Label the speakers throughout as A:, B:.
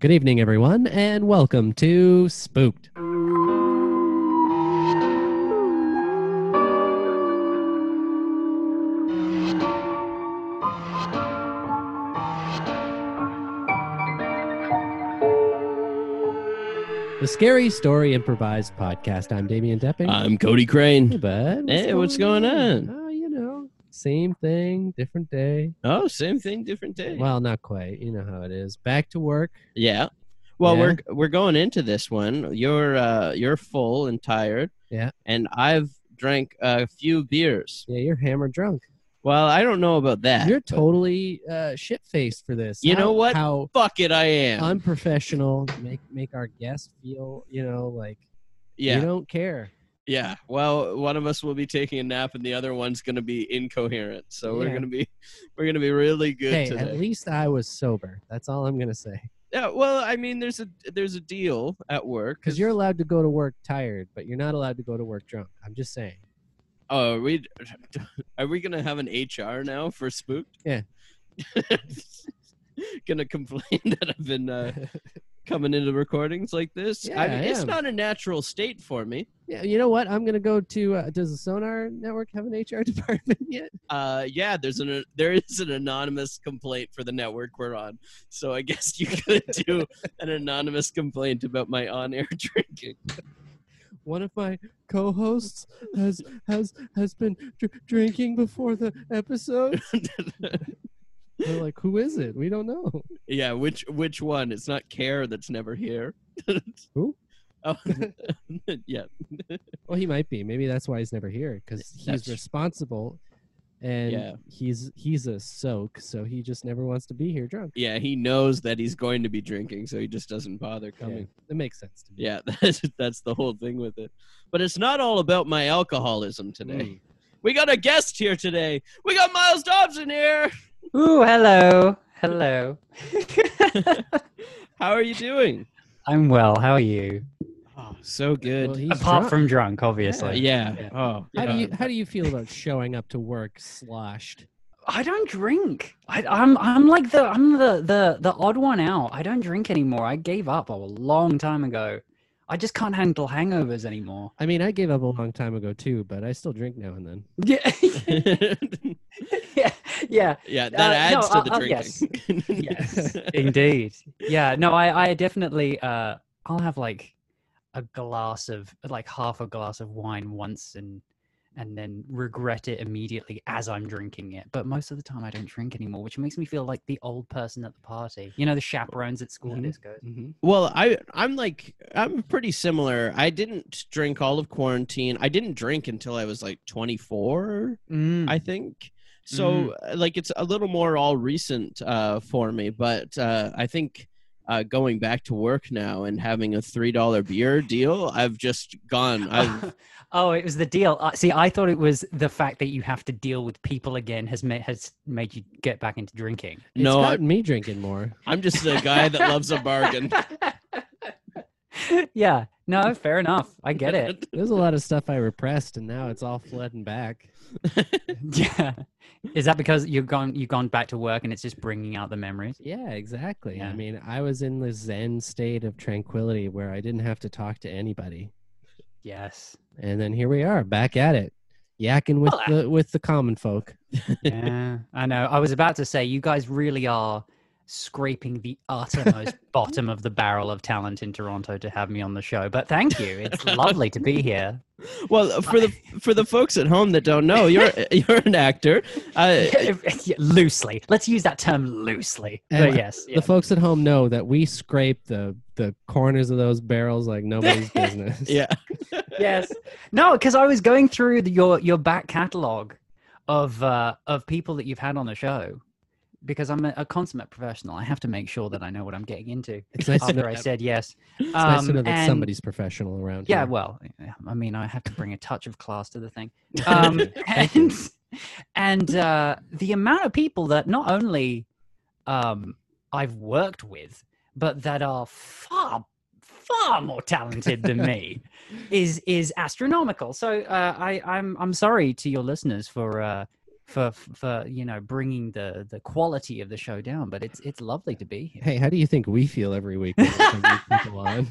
A: Good evening, everyone, and welcome to Spooked. The Scary Story Improvised Podcast. I'm Damian Depping.
B: I'm Cody
A: hey,
B: Crane.
A: bud.
B: Uh, Hey, what's going
A: Oh, you know, same thing, different day.
B: Oh, same thing, different day.
A: Well, not quite. You know how it is. Back to work.
B: yeah. Well,
A: Yeah.
B: we're we're going into this one. You're uh you're full and tired.
A: Yeah.
B: And I've drank a few beers.
A: Yeah, you're hammered drunk.
B: Well, I don't know about that.
A: You're
B: but
A: totally uh, shit faced for this.
B: You
A: How-
B: know what?
A: How
B: fuck it, I am.
A: unprofessional. Make make our guests feel, you know, like
B: yeah.
A: you don't care.
B: yeah. Well, one of us will be taking a nap and the other one's going to be incoherent. So we're
A: Yeah.
B: going to be we're going to be really good
A: hey,
B: today.
A: at least I was sober. That's all I'm gonna say.
B: yeah, well, I mean there's a there's a deal at work
A: Because you're allowed to go to work tired, but you're not allowed to go to work drunk. I'm just saying.
B: Oh, are we are we gonna have an HR now for spooked?
A: Yeah.
B: gonna complain that I've been uh, coming into recordings like this.
A: Yeah,
B: I mean,
A: I
B: it's
A: am.
B: not a natural state for me.
A: Yeah, you know what? I'm gonna go to. Uh, does the Sonar Network have an HR department yet?
B: Uh, yeah, there's an there is an anonymous complaint for the network we're on, so I guess you could do an anonymous complaint about my on-air drinking.
A: One of my co-hosts has has has been dr- drinking before the episode. We're like, who is it? We don't know.
B: yeah, which which one? It's not care that's never here.
A: Who?
B: Oh, yeah.
A: Well, he might be. Maybe that's why he's never here because he's
B: That's-
A: responsible, and
B: Yeah.
A: he's he's a soak, so he just never wants to be here drunk.
B: Yeah, he knows that he's going to be drinking, so he just doesn't bother
A: Yeah,
B: coming.
A: that makes sense to me.
B: Yeah, that's that's the whole thing with it. But it's not all about my alcoholism today.
A: Mm.
B: We got a guest here today. We got Miles Dobson here.
C: Ooh, hello. Hello.
B: How are you doing?
C: I'm well. How are you?
B: Oh, so good.
A: Well, he's
C: Apart
A: drunk.
C: from drunk, obviously.
B: yeah.
C: Yeah.
B: Oh.
A: How do
B: yeah.
A: you how do you feel about showing up to work sloshed?
C: I don't drink. I, I'm I'm like the I'm the, the the odd one out. I don't drink anymore. I gave up a long time ago. I just can't handle hangovers anymore.
A: I mean, I gave up a long time ago too, but I still drink now and then.
C: Yeah, yeah, yeah.
B: yeah, that
C: Uh,
B: adds
C: no,
B: to the
C: uh, uh, yes.
B: drinking.
C: Yes, indeed. Yeah, no, I I definitely uh I'll have like a glass of like half a glass of wine once and and then regret it immediately as I'm drinking it. But most of the time I don't drink anymore, which makes me feel like the old person at the party. You know, the chaperones at school
A: Mhm.
C: discos.
B: Mm-hmm. Well, I I'm like I'm pretty similar. I didn't drink all of quarantine. I didn't drink until I was like 24
C: Mm.
B: I think.
C: Mm-hmm.
B: So uh like it's a little more all recent uh, for me, but uh, I think uh, going back to work now and having a three dollar beer deal, I've just gone. I've
C: oh, it was the deal. Uh, see, I thought it was the fact that you have to deal with people again has made has made you get back into drinking.
A: It's
B: no,
A: not
B: I'm,
A: me drinking more.
B: I'm just a guy that loves a bargain.
C: yeah. No, fair enough. I get it.
A: There's a lot of stuff I repressed, and now it's all flooding back.
C: Yeah. Is that because you've gone you've gone back to work and it's just bringing out the memories?
A: Yeah, exactly. I
C: Yeah.
A: mean, I was in the Zen state of tranquility where I didn't have to talk to anybody,
C: Yes.
A: and then here we are, back at it, yakking with
C: Well, I-
A: the with the common folk.
C: Yeah. I know. I was about to say you guys really are scraping the uttermost bottom of the barrel of talent in Toronto to have me on the show. But thank you. It's lovely to be here.
B: Well, uh, for the for the folks at home that don't know, you're uh, you're an actor. Uh,
C: Yeah, loosely. Let's use that term loosely. But
A: And
C: yes. yeah.
A: The folks at home know that we scrape the the corners of those barrels like nobody's business.
B: yeah,
C: yes. No, because I was going through the, your your back catalog of uh, of people that you've had on the show because I'm a, a consummate professional. I have to make sure that I know what I'm getting into
A: It's nice to know,
C: after I said yes.
B: It's
A: it's nice to
C: Um,
A: know that
C: and-
A: somebody's professional around
C: Yeah,
A: here.
C: well, eh, I mean, I have to bring a touch of class to the thing. Um, and and uh, the amount of people that not only um, I've worked with, but that are far far more talented than me is is astronomical. So uh, I I'm I'm sorry to your listeners for uh, for for you know bringing the the quality of the show down. But it's it's lovely to be here.
A: Hey, how do you think we feel every week? When we bring these people on?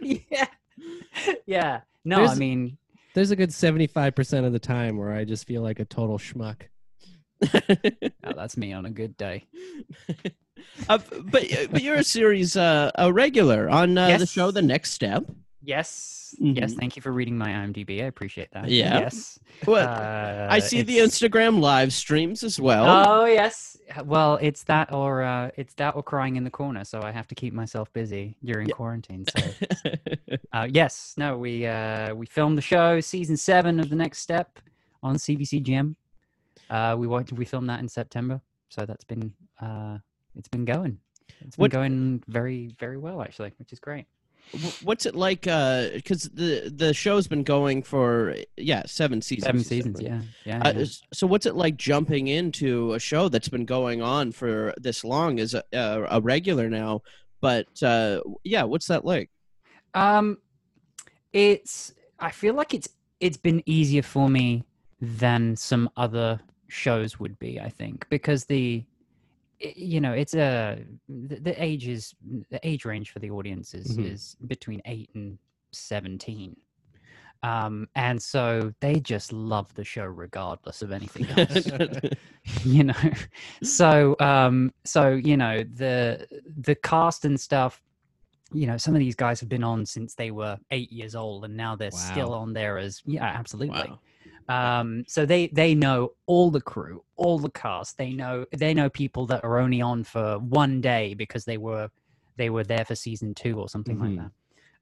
C: yeah, yeah. No, I
A: There's-
C: mean,
A: There's a good 75% of the time where I just feel like a total schmuck.
C: oh, that's me on a good day.
B: Uh, but but you're a series uh, a regular on uh, the show
C: Yes.
B: The Next Step.
C: Yes, yes. Thank you for reading my IMDb. I appreciate that.
B: Yeah.
C: Yes.
B: Well,
C: Uh,
B: I see the
C: it's-
B: Instagram live streams as well.
C: Oh yes. Well, it's that or uh, it's that or crying in the corner. So I have to keep myself busy during quarantine. So uh, yes, no, we uh, we filmed the show season seven of the Next Step on CBC Gem. Uh, we watched, we filmed that in September, so that's been uh, it's been going. It's been
B: What-
C: going very very well actually, which is great.
B: Wh- What's it like? Because the the show's been going for yeah seven seasons.
C: Seven
B: you said,
C: seasons,
B: right?
C: yeah, yeah.
B: Uh,
C: yeah.
B: s- so what's it like jumping into a show that's been going on for this long as a, uh, a, a regular now? But uh, yeah, what's that like?
C: Um, it's. I feel like it's. It's been easier for me than some other shows would be. I think because the, i- you know, it's a the, the age is the age range for the audience is
A: Mhm.
C: is between eight and seventeen. Um, and so they just love the show regardless of anything else you know so um so you know the the cast and stuff you know some of these guys have been on since they were eight years old and now they're still
A: Wow.
C: on there as yeah absolutely
B: wow.
C: um so they they know all the crew all the cast they know they know people that are only on for one day because they were they were there for season two or something like
A: Mhm.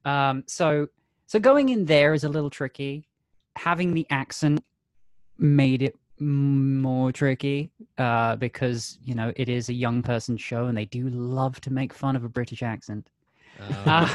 C: that um so so going in there is a little tricky having the accent made it m- more tricky uh because you know it is a young person show and they do love to make fun of a british accent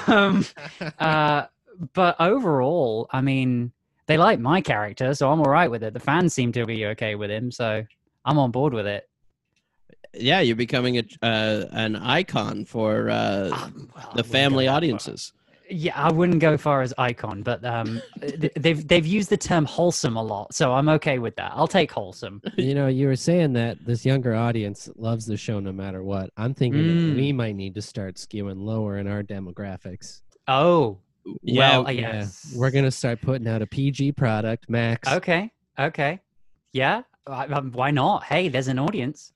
C: um uh, but overall, I mean, they like my character, so I'm all right with it. The fans seem to be okay with him, so I'm on board with it.
B: Yeah, you're becoming a uh, an icon for uh,
C: Um, well, I
B: the
C: wouldn't go
B: family
C: that far.
B: audiences.
C: Yeah, I wouldn't go far as icon, but um, th- they've they've used the term wholesome a lot, so I'm okay with that. I'll take wholesome.
A: you know, you were saying that this younger audience loves the show no matter what. I'm thinking
C: Mm.
A: that we might need to start skewing lower in our demographics.
C: Oh,
B: Yeah,
C: well,
A: yeah,
C: yes. Oh.
A: We're gonna start putting out a PG product, Max.
C: okay, okay, yeah. I, um, why not? Hey, there's an audience.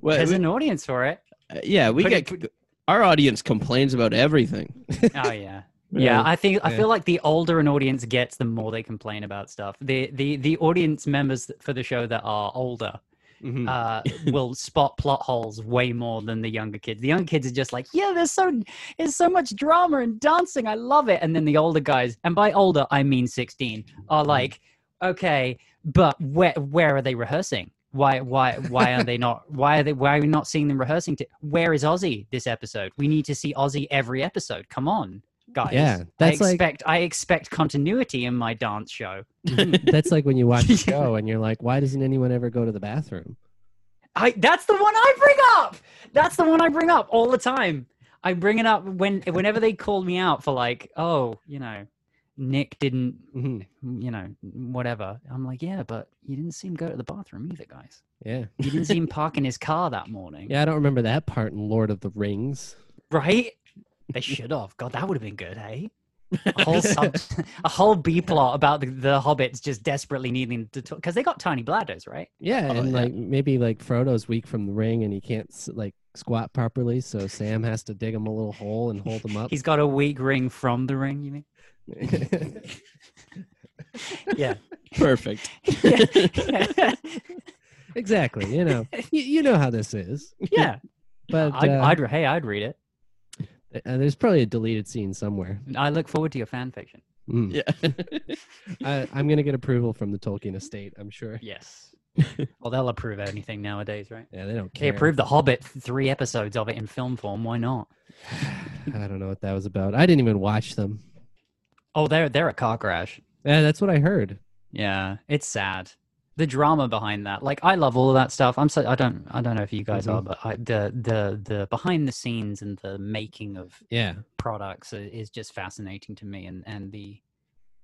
B: well,
C: There's
B: we-
C: an audience for it.
B: uh, yeah, we
C: put
B: get
C: it- put-
B: our audience complains about everything.
C: Oh yeah. Yeah, I think I
A: yeah.
C: feel like the older an audience gets, the more they complain about stuff. The the the audience members th- for the show that are older
A: Mhm.
C: uh, will spot plot holes way more than the younger kids. The young kids are just like, yeah, there's so there's so much drama and dancing, I love it. And then the older guys, and by older I mean sixteen,
A: Mm.
C: are like, okay, but where where are they rehearsing? Why why why are they not why are they why are we not seeing them rehearsing? To, where is Ozzy this episode? We need to see Ozzy every episode. Come on, guys.
A: Yeah, that's
C: I
A: like-
C: expect I expect continuity in my dance show.
A: Mhm. That's like when you watch a show and you're like, why doesn't anyone ever go to the bathroom?
C: I that's the one I bring up. That's the one I bring up all the time. I bring it up when whenever they call me out for like, oh, you know, Nick didn't,
A: Mhm.
C: you know, whatever. I'm like, yeah, but you didn't see him go to the bathroom either, guys.
A: Yeah,
C: You didn't see him park in his car that morning,
A: yeah. I don't remember that part in Lord of the Rings.
C: right? They should have. God, that would have been good, hey. A whole sub, a whole B plot about the, the hobbits just desperately needing to talk because they got tiny bladders, right?
A: Yeah,
B: Oh,
A: and
B: yeah.
A: like maybe like Frodo's weak from the ring and he can't s- like squat properly, so Sam has to dig him a little hole and hold him up.
C: He's got a weak ring from the ring. You mean? Yeah.
B: Perfect.
C: yeah,
A: exactly. You know, you, you know how this is.
C: yeah.
A: But
C: I'd,
A: uh,
C: I'd re- hey, I'd read it.
A: uh, there's probably a deleted scene somewhere.
C: I look forward to your fan fiction.
A: Mm.
B: Yeah.
C: Mm-hmm.
A: I, I'm gonna get approval from the Tolkien estate. I'm sure.
C: Yes. well, they'll approve anything nowadays, right?
A: Yeah, they don't
C: They
A: care.
C: approved The Hobbit, three episodes of it in film form. Why not?
A: I don't know what that was about. I didn't even watch them.
C: Oh, they're they're a car crash.
A: Yeah, that's what I heard.
C: Yeah, it's sad. The drama behind that, like I love all of that stuff. I'm so I don't I don't know if you guys
A: Mhm.
C: are, but I, the the the behind the scenes and the making of
A: Yeah.
C: products i- is just fascinating to me and and the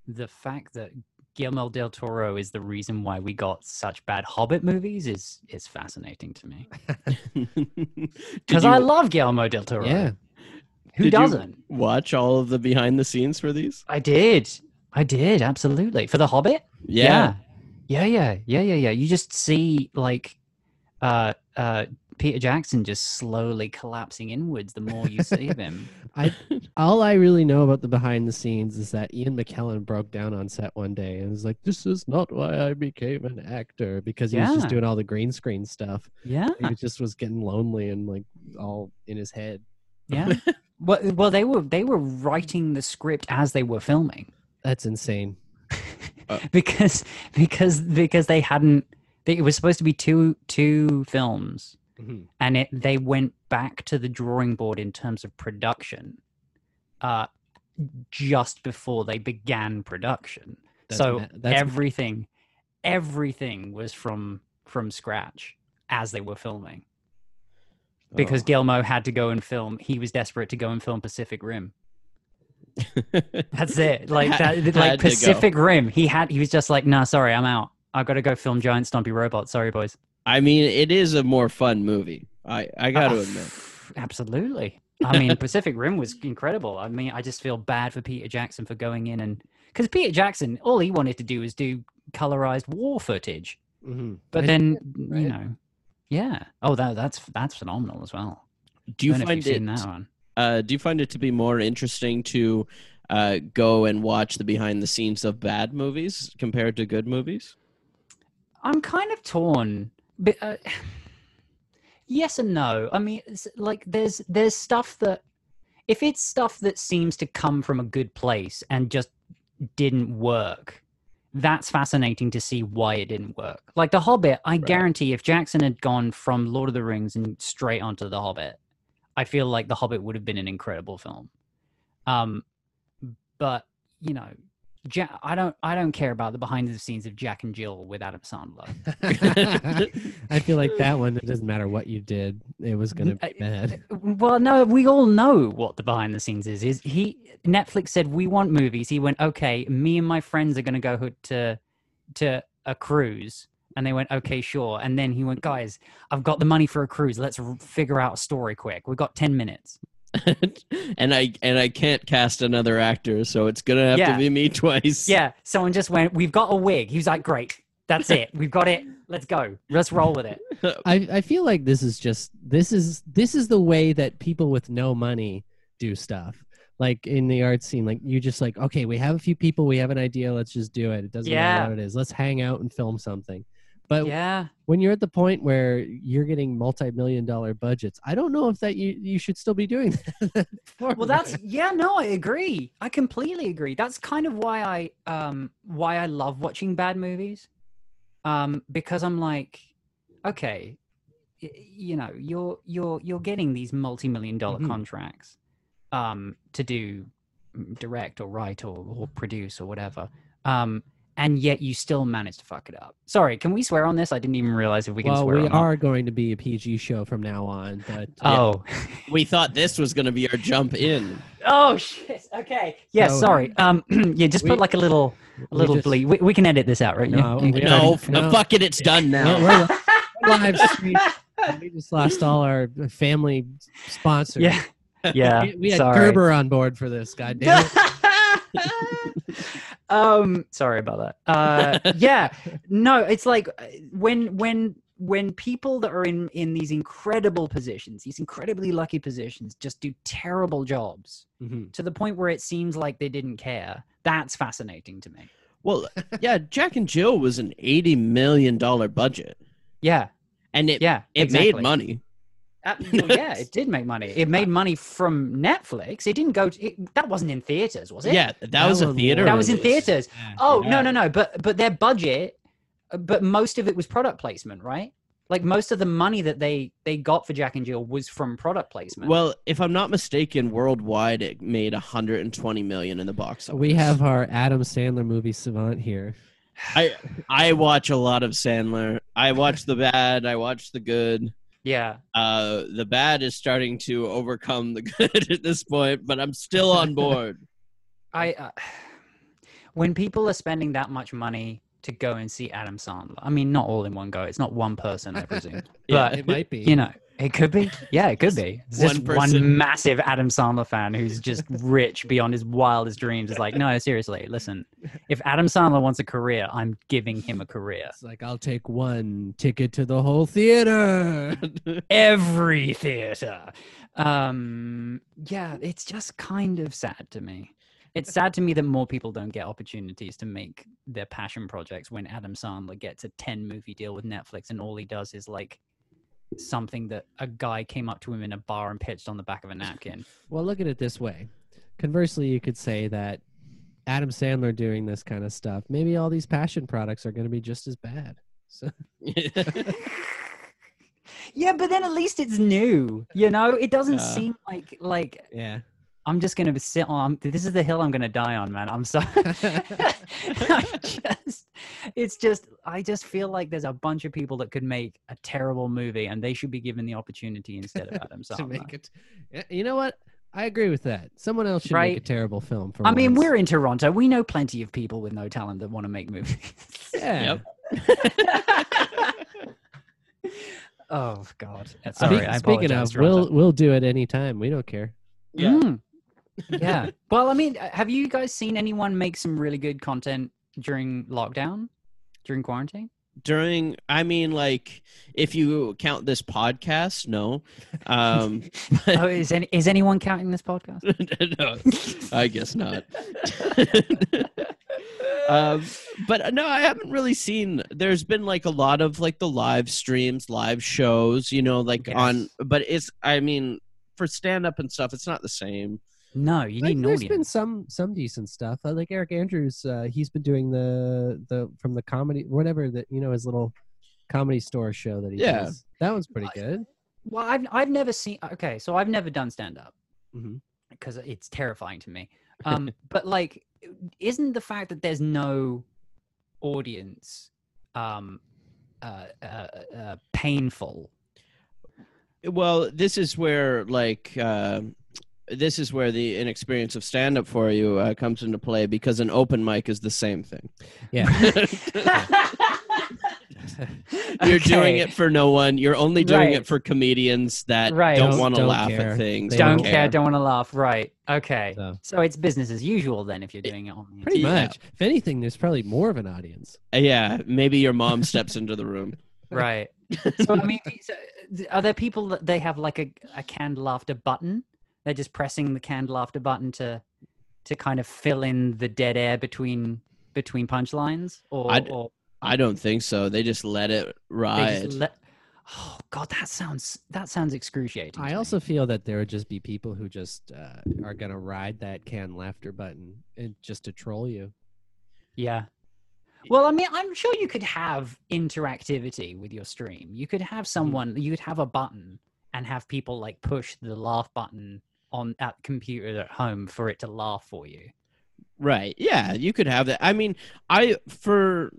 C: the fact that Guillermo del Toro is the reason why we got such bad Hobbit movies is is fascinating to me because I love Guillermo del Toro.
A: Yeah.
B: Did
C: who
B: you-
C: doesn't?
B: watch all of the behind the scenes for these?
C: I did, I did absolutely for the Hobbit. yeah, yeah, yeah, yeah, yeah. yeah. You just see like uh uh Peter Jackson just slowly collapsing inwards the more you see of him.
A: I all I really know about the behind the scenes is that Ian McKellen broke down on set one day and was like, "This is not why I became an actor," because he was
C: Yeah.
A: just doing all the green screen stuff.
C: Yeah.
A: He was just was getting lonely and like all in his head.
C: Yeah. well, well, they were they were writing the script as they were filming
A: That's insane.
C: because because because they hadn't. They, it was supposed to be two two films,
A: Mm-hmm.
C: and it they went back to the drawing board in terms of production, uh, just before they began production.
A: That's
C: so
A: ma- that's
C: everything, everything was from from scratch as they were filming because Gilmo had to go and film. He was desperate to go and film Pacific Rim.
B: Oh.
C: That's it. Like that,
B: Had to
C: like
B: go.
C: Pacific Rim. He had. He was just like, nah, sorry, I'm out. I got to go film Giant Stompy Robot. Sorry, boys.
B: I mean, it is a more fun movie. I I got to
C: Uh,
B: admit.
C: Absolutely. I mean, Pacific Rim was incredible. I mean, I just feel bad for Peter Jackson for going in and because Peter Jackson, all he wanted to do was do colorized war footage.
A: Mhm.
C: But
A: I-
C: then,
A: right?
C: you know, yeah. Oh, that that's that's phenomenal as well.
B: Do you
C: Don't know if
B: find
C: you've
B: it
C: seen that one?
B: uh, do you find it to be more interesting to uh, go and watch the behind the scenes of bad movies compared to good movies?
C: I'm kind of torn. But, uh, yes and no. I mean, it's like there's there's stuff that if it's stuff that seems to come from a good place and just didn't work, that's fascinating to see why it didn't work. Like The Hobbit, I guarantee if Jackson had gone from Lord of the Rings and straight onto The Hobbit, I feel like The Hobbit would have been an incredible film. Um, but you know, Ja- I don't I don't care about the behind the scenes of Jack and Jill with Adam Sandler.
A: I feel like that one. It doesn't matter what you did; it was gonna be
C: I-
A: bad.
C: Well, no, we all know what the behind the scenes is. Is he Netflix said we want movies. He went, okay, me and my friends are going to go ho- to to a cruise, and they went, okay, sure. And then he went, guys, I've got the money for a cruise. Let's r- figure out a story quick. We've got ten minutes.
B: and I and I can't cast another actor, so it's gonna have
C: Yeah.
B: to be me twice.
C: Yeah, someone just went, we've got a wig. He was like, great, that's it. We've got it. Let's go. Let's roll with it.
A: I I feel like this is just this is this is the way that people with no money do stuff. Like in the art scene, like you just like, okay, we have a few people, we have an idea, let's just do it. It doesn't
C: Yeah.
A: matter what it is. Let's hang out and film something. But
C: Yeah,
A: when you're at the point where you're getting multi-million dollar budgets, I don't know if that you you should still be doing that.
C: well that's yeah no i agree i completely agree that's kind of why i um why i love watching bad movies um because i'm like okay y- you know you're you're you're getting these multi-million dollar
A: Mhm.
C: contracts um to do mm, direct or write or, or produce or whatever um and yet you still manage to fuck it up sorry can we swear on this i didn't even realize if we can
A: well,
C: swear
A: we
C: or not.
A: are going to be a PG show from now on, but
C: oh
B: we thought this was gonna be our jump in.
C: Oh shit. Okay. Yeah.
A: So-
C: sorry. Um. yeah. Just
A: We-
C: put like a little, a
A: we
C: little
A: just-
C: bleep. We, we can edit this out, right?
A: No,
C: yeah.
A: we
C: Okay.
B: No,
A: No.
B: fuck it, it's done
A: No,
B: now.
A: we're li- live stream. We just lost all our family sponsors.
C: Yeah. Yeah.
A: we, we had
C: sorry.
A: Gerber on board for this. God damn it.
C: um. Sorry about that. Uh. Yeah. No. It's like uh, when when when people that are in in these incredible positions, these incredibly lucky positions, just do terrible jobs
A: Mm-hmm.
C: to the point where it seems like they didn't care. That's fascinating to me.
B: Well, yeah, Jack and Jill was an eighty million dollar budget,
C: Yeah.
B: and it
C: Yeah.
B: it
C: exactly.
B: made money.
C: Uh, well, yeah, it did make money. It made money from Netflix. It didn't go. To, it, that wasn't in theaters, was it?
B: Yeah, that, was a
A: one
B: theater.
A: there
C: that was in
B: release.
C: theaters. Oh no, no, no. But but their budget, uh, but most of it was product placement, right? Like most of the money that they they got for Jack and Jill was from product placement.
B: Well, if I'm not mistaken, worldwide it made 120 million in the box office.
A: We have our Adam Sandler movie savant here.
B: I I watch a lot of Sandler. I watch the bad. I watch the good.
C: yeah,
B: Uh, the bad is starting to overcome the good at this point, but I'm still on board.
C: I. Uh, when people are spending that much money to go and see Adam Sandler, I mean, not all in one go. It's not one person, I presume.
B: Yeah,
C: but
A: it might be.
C: you know, it could be. Yeah, it could be. It's just
B: one
C: one,
B: person.
C: massive Adam Sandler fan who's just rich beyond his wildest dreams. Is like, no, seriously, listen. If Adam Sandler wants a career, I'm giving him a career.
A: it's like I'll take one ticket to the whole theater.
C: Every theater. Um, yeah, it's just kind of sad to me. It's sad to me that more people don't get opportunities to make their passion projects when Adam Sandler gets a 10 movie deal with Netflix and all he does is like something that a guy came up to him in a bar and pitched on the back of a napkin.
A: Well, look at it this way. Conversely, you could say that Adam Sandler doing this kind of stuff, maybe all these passion products are going to be just as bad. So
C: yeah, but then at least it's new. You know, it doesn't
B: Yeah.
C: seem like like
A: yeah,
C: I'm just gonna sit on. This is the hill I'm gonna die on, man. I'm sorry. I just, it's just, I just feel like there's a bunch of people that could make a terrible movie, and they should be given the opportunity instead of Adam Sandler.
A: to make it. Yeah, You know what? I agree with that. Someone else should make
C: Right.
A: a terrible film for.
C: I mean,
A: once.
C: we're in Toronto. We know plenty of people with no talent that want to make movies.
A: yeah.
B: Yep.
C: oh God! Uh,
A: Speak-
C: Sorry, I
A: speaking
C: apologize,
A: of,
C: Toronto.
A: we'll we'll do it anytime. We don't care.
B: Yeah.
C: Mm. yeah. Well, I mean, uh, have you guys seen anyone make some really good content during lockdown, during quarantine?
B: During, I mean, like, if you count this podcast, no. Um, but-
C: Oh, is any, is anyone counting this podcast?
B: no, I guess not. um, but uh, no, I haven't really seen. There's been like a lot of like the live streams, live shows, you know, like on.
C: Yes.
B: But it's, I mean, for stand up and stuff, it's not the same.
C: No, you
A: Like,
C: need an
A: there's
C: audience.
A: been some some decent stuff. Uh, Like Eric Andrews, uh, he's been doing the the from the comedy whatever that you know his little comedy store show that he
B: Yeah.
A: does. That was pretty
C: I-
A: good.
C: Well, I've I've never seen. Okay, so I've never done stand up Mm-hmm.
A: Mhm.
C: because it's terrifying to me. Um, but like, isn't the fact that there's no audience um, uh, uh, uh, painful?
B: Well, this is where like. Uh, this is where the inexperience of stand up for you uh, comes into play because an open mic is the same thing. You're doing
C: Okay.
B: it for no one. You're only doing
C: Right.
B: it for comedians that
C: Right.
B: don't
A: Don't-
B: want to
A: don't
B: laugh
A: care.
B: at things.
A: They
C: don't
A: don't
C: care,
A: care.
C: don't want to laugh. Right. Okay. So.
A: So,
C: it's business as usual then if you're doing it on the
A: pretty
B: Yeah.
A: much. If anything, there's probably more of an audience.
B: Uh, Yeah, maybe your mom steps into the room.
C: Right. So I mean, so, th- are there people that they have like a, a canned laughter button? They're just pressing the canned laughter button to to kind of fill in the dead air between between punchlines, or,
B: I'd-
C: or
B: I don't think so. They just let it
C: they
B: ride.
C: just let. Oh God, that sounds that sounds excruciating. to
A: I
C: me.
A: also feel that there would just be people who just uh, are gonna ride that can laughter button and just to troll you.
C: yeah. Well, I mean, I'm sure you could have interactivity with your stream. You could have
A: Mm-hmm.
C: someone, you could have a button and have people like push the laugh button on at computer at home for it to laugh for you.
B: right. Yeah, you could have that. I mean, I for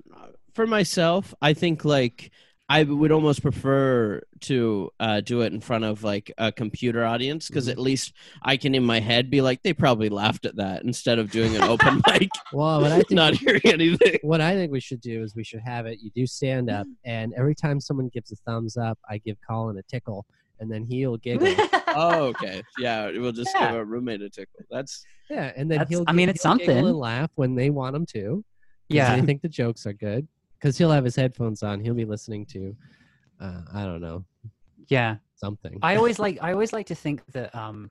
B: for myself, I think like I would almost prefer to uh, do it in front of like a computer audience because
A: Mhm.
B: at least I can in my head be like, they probably laughed at that instead of doing an open mic,
A: Well, what Oh, I think
B: not hearing anything.
A: what I think we should do is we should have it. You do stand
C: Mm.
A: up, and every time someone gives a thumbs up, I give Colin a tickle, and then he'll giggle.
B: Oh, okay. Yeah, we'll just
C: Yeah.
B: give our roommate a tickle. That's
A: yeah, and then
C: That's-
A: he'll.
C: I mean,
A: gi-
C: it's
A: he'll giggle
C: something.
A: And laugh when they want him to. 'cause
C: yeah.
A: they think the jokes are good because he'll have his headphones on. He'll be listening to, uh, I don't know,
C: Yeah.
A: something.
C: I always like I always like to think that um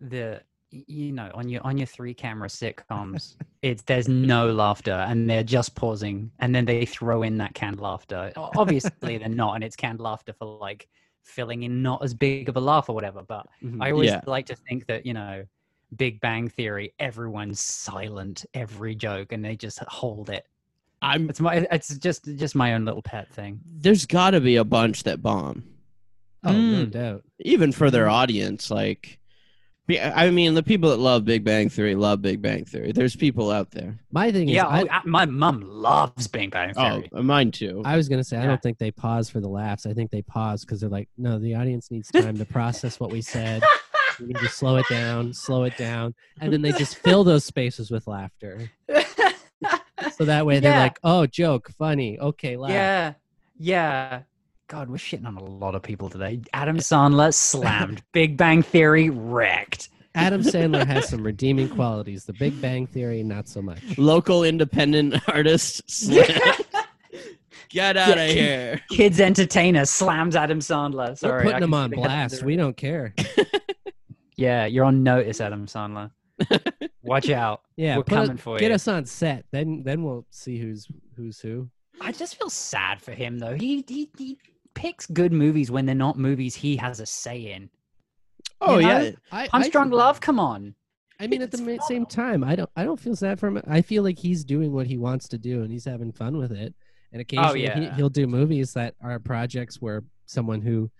C: the y- you know, on your on your three camera sitcoms, it's there's no laughter and they're just pausing and then they throw in that canned laughter. O- Obviously they're not and it's canned laughter for like filling in not as big of a laugh or whatever, but
A: Mhm.
C: I always
B: Yeah.
C: like to think that, you know, Big Bang Theory, everyone's silent every joke and they just hold it.
B: I'm
C: It's my it's just just my own little pet thing.
B: there's got to be a bunch that bomb,
A: oh, no
C: Mm.
A: doubt.
B: even for their audience. Like, be- I mean, the people that love Big Bang Theory love Big Bang Theory. There's people out there.
A: My thing is,
C: Yeah,
A: I,
C: oh, I, my mum loves Big Bang Theory.
B: Oh, mine too.
A: I was gonna say I
C: Yeah.
A: don't think they pause for the laughs. I think they pause because they're like, no, the audience needs time to process what we said. We need to slow it down, slow it down, and then they just fill those spaces with laughter. So that way they're
C: Yeah.
A: like, oh, joke, funny. Okay, laugh.
C: Yeah. Yeah. God, we're shitting on a lot of people today. Adam Sandler slammed. Big Bang Theory wrecked.
A: Adam Sandler has some redeeming qualities. The Big Bang Theory, not so much.
B: Local independent artist. Slam. Get out of here.
C: Kids Entertainer slams Adam Sandler.
A: We're
C: Sorry. I
A: putting him
C: keep
A: on
C: getting Adam
A: blast.
C: Sandler.
A: We don't care.
C: Yeah, you're on notice, Adam Sandler. Watch out.
A: Yeah,
C: We're
A: put us-
C: coming for
A: get
C: you.
A: us on set. Then then we'll see who's who's who.
C: I just feel sad for him though. He he, he picks good movies when they're not movies he has a say in.
B: Oh,
A: You know?
B: yeah.
A: I,
C: Punch
A: I-
C: Drunk Love, come on.
A: I mean, at the
C: It's
A: ma- same time, I don't I don't feel sad for him. I feel like he's doing what he wants to do and he's having fun with it. And occasionally he,
C: Oh, yeah.
A: he'll do movies that are projects where someone who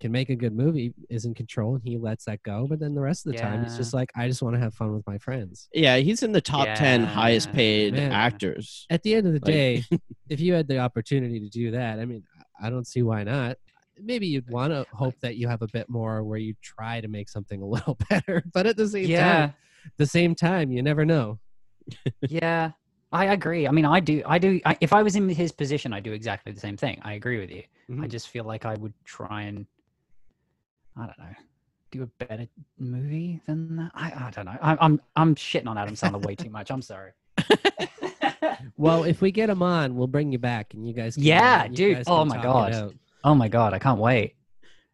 A: can make a good movie is in control and he lets that go. But then the rest of the time, he's
C: Yeah.
A: just like, I just want to have fun with my friends.
B: Yeah, he's in the top 10 highest
C: Yeah.
B: paid
A: Man.
B: actors.
A: At the end of the
B: Like-
A: day, if you had the opportunity to do that, I mean, I don't see why not. Maybe you'd want to hope that you have a bit more where you try to make something a little better. But at the same
C: Yeah.
A: time, the same time, you never know.
C: yeah i agree i mean i do i do I, if i was in his position i do exactly the same thing i agree with you i
A: Mhm.
C: just feel like i would try and i don't know do a better movie than that i, I don't know I, i'm i'm shitting on adam sandler way too much i'm sorry
A: Well, if we get him on, we'll bring you back, and you guys. Can,
C: Yeah,
A: you
C: dude.
A: guys
C: Oh
A: can
C: my
A: talk it
C: God.
A: out.
C: oh my god i can't wait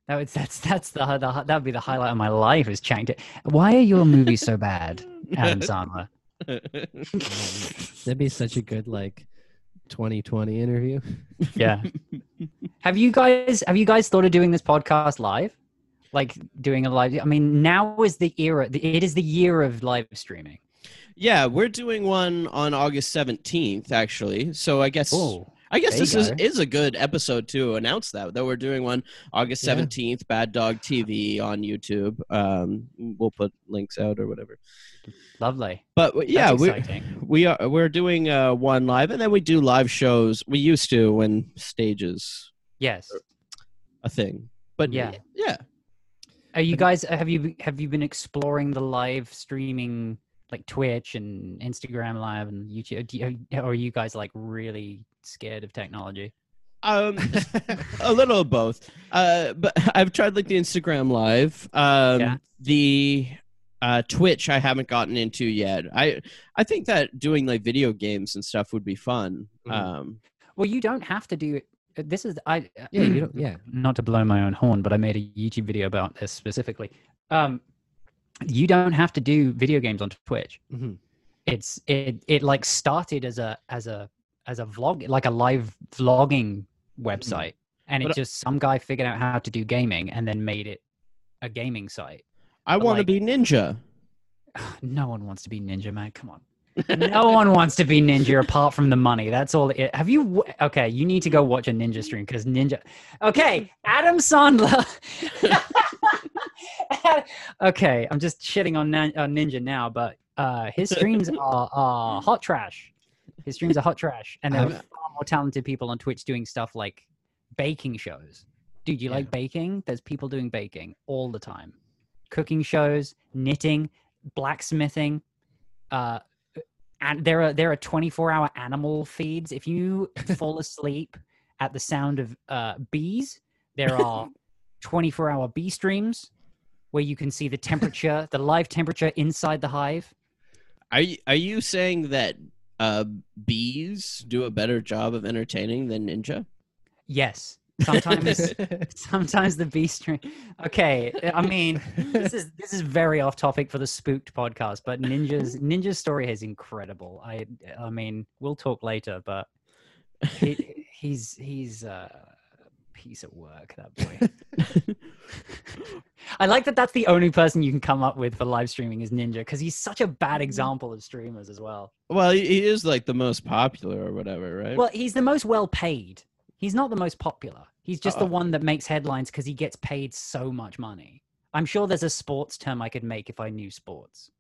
C: that would that's that's the, the that would be the highlight of my life is chanked it why are your movies so bad adam sandler
A: That'd be such a good like 2020 interview.
C: yeah have you guys have you guys thought of doing this podcast live like doing a live i mean now is the era it is the year of live streaming
B: yeah, we're doing one on August 17th, actually. So I guess.
C: Oh.
B: I guess
C: There you
B: this is,
C: go.
B: is a good episode to announce that that we're doing one August
A: Yeah.
B: seventeenth. Bad Dog TV on YouTube. Um, we'll put links out or whatever.
C: lovely
B: But w- yeah,
C: That's
B: we
C: exciting.
B: we are we're doing uh, one live, and then we do live shows. We used to when stages
C: yes
B: a thing. But
C: Yeah.
B: yeah,
C: are you guys have you have you been exploring the live streaming like twitch and instagram live and youtube Do you, are you guys like really scared of technology
B: um, a little of both. Uh, but I've tried like the Instagram live. Um,
C: Yeah.
B: The uh, Twitch I haven't gotten into yet. I I think that doing like video games and stuff would be fun.
C: Mm.
A: Mhm.
B: Um,
C: well you don't have to do it this is i
A: Yeah, you don't, yeah.
C: not to blow my own horn, but I made a YouTube video about this specifically. Um, you don't have to do video games on Twitch.
B: Mm-hmm.
A: Mhm.
C: It's it it like started as a as a as a vlog like a live vlogging website, and
B: Mm-hmm. But I-
C: it just some guy figured out how to do gaming and then made it a gaming site.
B: I
C: But,
B: want to
C: like-
B: be ninja.
C: No one wants to be ninja, man. Come on. no one wants to be ninja apart from the money. That's all. It, have you? w- Okay, you need to go watch a ninja stream because ninja. Okay, Adam Sandler. okay, I'm just shitting on, nin- on ninja now, but uh, his streams are, are hot trash. His streams are hot trash, and there are
A: I'm-
C: far more talented people on Twitch doing stuff like baking shows. Dude, you
A: Yeah.
C: like baking? There's people doing baking all the time. Cooking shows, knitting, blacksmithing. Uh, and there are there are 24 hour animal feeds. If you fall asleep at the sound of uh, bees, there are 24 hour bee streams where you can see the temperature, the live temperature inside the hive.
B: Are you, are you saying that uh, bees do a better job of entertaining than ninja?
C: Yes, sometimes sometimes the bee stream okay i mean this is this is very off topic for the spooked podcast but ninja's ninja's story is incredible i i mean we'll talk later but he, he's he's uh, a piece of work that boy i like that that's the only person you can come up with for live streaming is ninja because he's such a bad example of streamers as well
B: Well, he- he is like the most popular or whatever, right?
C: well he's the most well paid he's not the most popular he's just the
B: Uh,
C: one that makes headlines because he gets paid so much money i'm sure there's a sports term i could make if i knew sports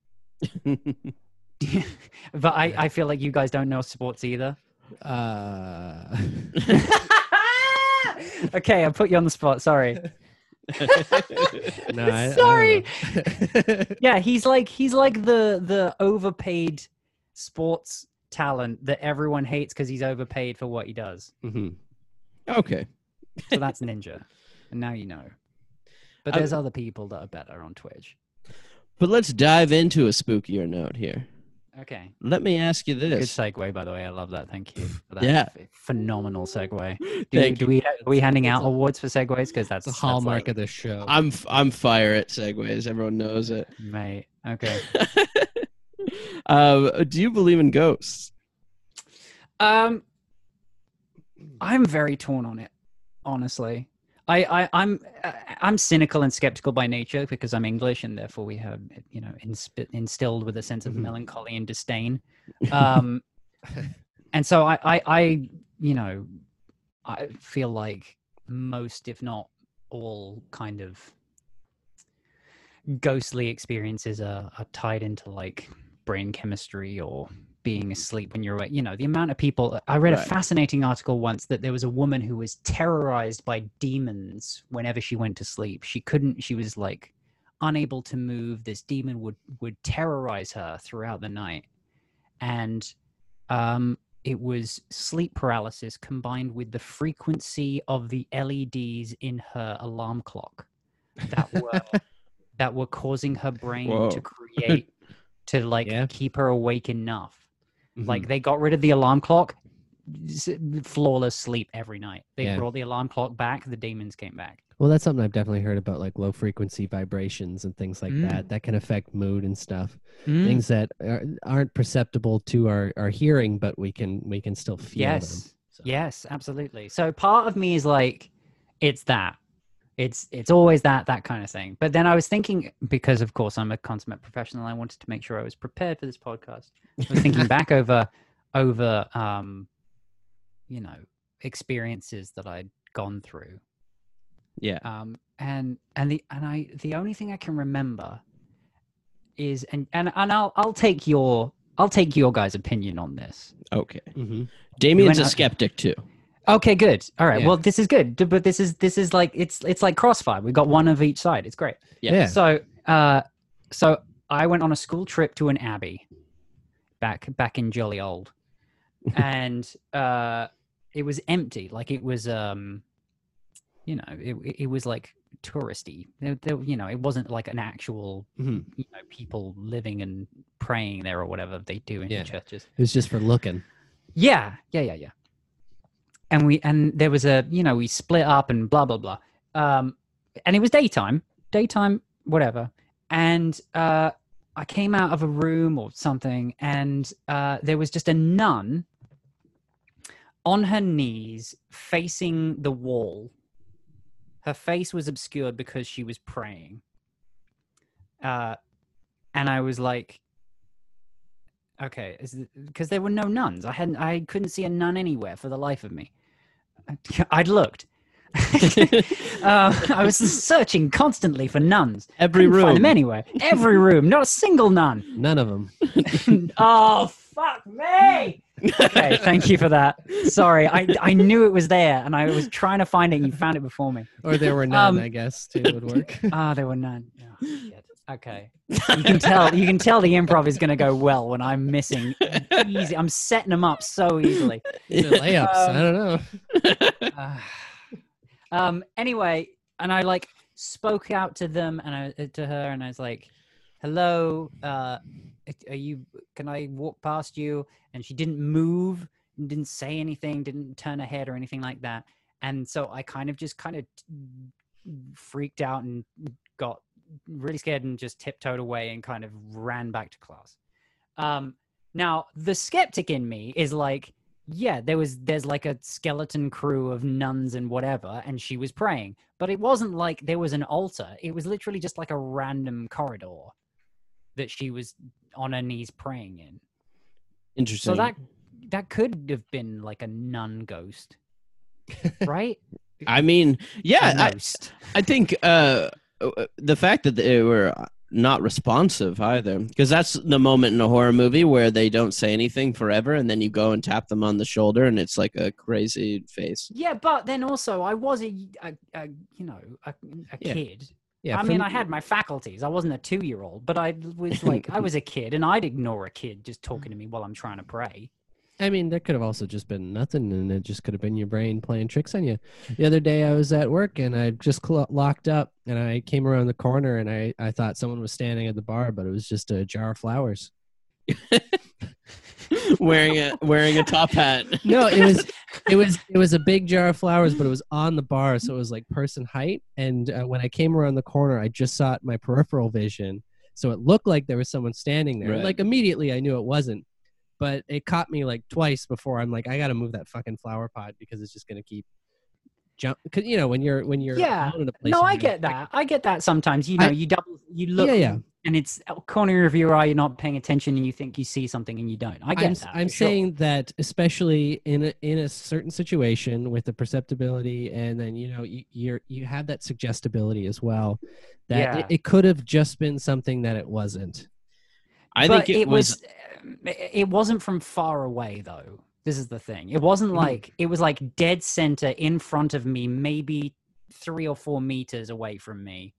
C: but I, I feel like you guys don't know sports either
A: uh,
C: okay i put you on the spot sorry
A: no, I- I don't
C: Sorry.
A: know.
C: yeah he's like he's like the the overpaid sports talent that everyone hates because he's overpaid for what he does.
A: Mm-hmm,
B: hmm Okay.
C: So that's Ninja, and now you know. But
B: I-
A: Um,
C: there's other people that are better on Twitch.
B: But let's dive into a spookier note here.
C: Okay,
B: Let me ask you
C: good
B: this.
C: segue by the way. I love that. Thank you. For that
B: Yeah.
C: ph- phenomenal segue. Do,
B: Thank
C: do we are we handing
A: It's
C: out
A: a-
C: awards for segues? Because
A: It's
C: that's
A: a
C: that's
A: hallmark
C: like- Ah,
A: of the show.
B: I'm f- I'm fire at segues. Everyone knows it.
C: mate. Okay.
B: um, do you believe in ghosts?
C: Um, I'm very torn on it, honestly. I, I I'm I- I'm cynical and skeptical by nature because I'm English and therefore we have you know insp- instilled with a sense of
A: Mm-hmm.
B: Mhm.
C: melancholy and disdain. Um, and so I, I I you know I feel like most if not all kind of ghostly experiences are, are tied into like brain chemistry or being asleep when you're awake. You know, the amount of people. I read a
B: Right.
C: fascinating article once that there was a woman who was terrorized by demons whenever she went to sleep. She couldn't. She was like unable to move. This demon would would terrorize her throughout the night, and um, it was sleep paralysis combined with the frequency of the LEDs in her alarm clock that were that were causing her brain
B: Whoa.
C: to create to like
A: Yeah. Mm-hmm.
C: keep her awake enough. Like they got rid of the alarm clock, s- flawless sleep every night. They
A: Yeah.
C: brought the alarm clock back. The demons came back.
A: well, that's something I've definitely heard about, like low frequency vibrations and things like
C: Mm.
A: that. That can affect mood and stuff. Things that are, aren't perceptible to our, our hearing, but we can we can still feel them.
C: Yes.
A: so.
C: Yes, absolutely. So part of me is like, it's that. It's it's always that that kind of thing. But then I was thinking because of course I'm a consummate professional. I wanted to make sure I was prepared for this podcast. I was thinking back over over um, you know experiences that I'd gone through
B: Yeah.
C: um, and and the and I the only thing I can remember is and and and I'll I'll take your I'll take your guys' opinion on this.
B: Okay.
A: Mhm.
B: Damien's a
C: You went out-
B: skeptic too.
C: Okay, good. All right.
A: Yeah.
C: Well, this is good, d- but this is this is like it's it's like crossfire. We got one of each side. It's great.
B: Yeah.
A: Yeah.
C: So uh, so I went on a school trip to an abbey, back back in jolly old, and uh, it was empty. Like it was um, you know, it it- it was like touristy. There, there, you know, it wasn't like an actual
A: Mhm.
C: you know people living and praying there or whatever they do in
A: Yeah.
C: churches.
A: It was just for looking.
C: Yeah, yeah, yeah, yeah. And we and there was a you know we split up and blah blah blah. Um, and it was daytime, daytime, whatever. And uh, I came out of a room or something, and uh, there was just a nun on her knees facing the wall. Her face was obscured because she was praying. Uh, and I was like, Okay, because there were no nuns. I hadn't. I couldn't see a nun anywhere for the life of me. I- I'd looked. uh, I was searching constantly for nuns.
B: Every
C: Couldn't Find
B: room.
C: them anywhere. Every room. Not a single nun.
A: None of them.
C: oh fuck me! Okay, thank you for that. Sorry, I I knew it was there, and I was trying to find it. and You found it before me.
A: Or there were none,
C: Um,
A: I guess, too, would work.
C: Ah, there were none. Oh, shit. Okay, you can tell. You can tell the improv is going to go well when I'm missing. e-, Easy. I'm setting them up so easily.
A: The layups.
C: Um,
A: I don't know.
C: Ah. um anyway and i like spoke out to them and i uh, to her and i was like hello uh are you can i walk past you and she didn't move didn't say anything didn't turn her head or anything like that and so i kind of just kind of freaked out and got really scared and just tiptoed away and kind of ran back to class um now the skeptic in me is like yeah there was there's like a skeleton crew of nuns and whatever and she was praying but it wasn't like there was an altar it was literally just like a random corridor that she was on her knees praying in
B: Interesting.
C: so that that could have been like a nun ghost right
B: I mean, yeah, I,
C: Ghost.
B: I think uh, uh, the fact that they were not responsive either, because that's the moment in a horror movie where they don't say anything forever, and then you go and tap them on the shoulder, and it's like a crazy face.
C: yeah but then also i was a, a, a you know a, a
B: Yeah.
C: kid
A: Yeah,
C: I
A: for
C: mean,
A: me-
C: I had my faculties. I wasn't a
B: Mm.
C: two year old, but I was like, I was a kid and I'd ignore a kid just talking to me while I'm trying to pray.
A: I mean, that could have also just been nothing, and it just could have been your brain playing tricks on you. The other day, I was at work and I just cl- locked up, and I came around the corner, and I I thought someone was standing at the bar, but it was just a jar of flowers.
B: wearing a wearing a top hat.
A: No, it was it was it was a big jar of flowers, but it was on the bar, so it was like person height. And uh, when I came around the corner, I just saw it in my peripheral vision, so it looked like there was someone standing there.
B: Right.
A: Like immediately, I knew it wasn't, but it caught me like twice before. I'm like, I got to move that fucking flower pot because it's just gonna keep jump. Cause you know when you're when you're
C: Yeah.
A: alone in a place
C: No,
A: and
C: I
A: you're
C: get
A: like,
C: that. I get that sometimes. You
A: I-
C: know, you double, you look,
A: Yeah, yeah.
C: and it's out corner of your eye. You're not paying attention, and you think you see something, and you don't. I get
A: I'm,
C: that.
A: I'm
C: for sure.
A: saying that especially in a, in a certain situation with the perceptibility and then you know you, you're you have that suggestibility as well that it,
C: Yeah.
A: it could have just been something that it wasn't
B: I
C: But
B: think it, was,
C: um, it- It wasn't from far away though. This is the thing. It wasn't
A: Mhm.
C: like it was like dead center in front of me, maybe three or four meters away from me.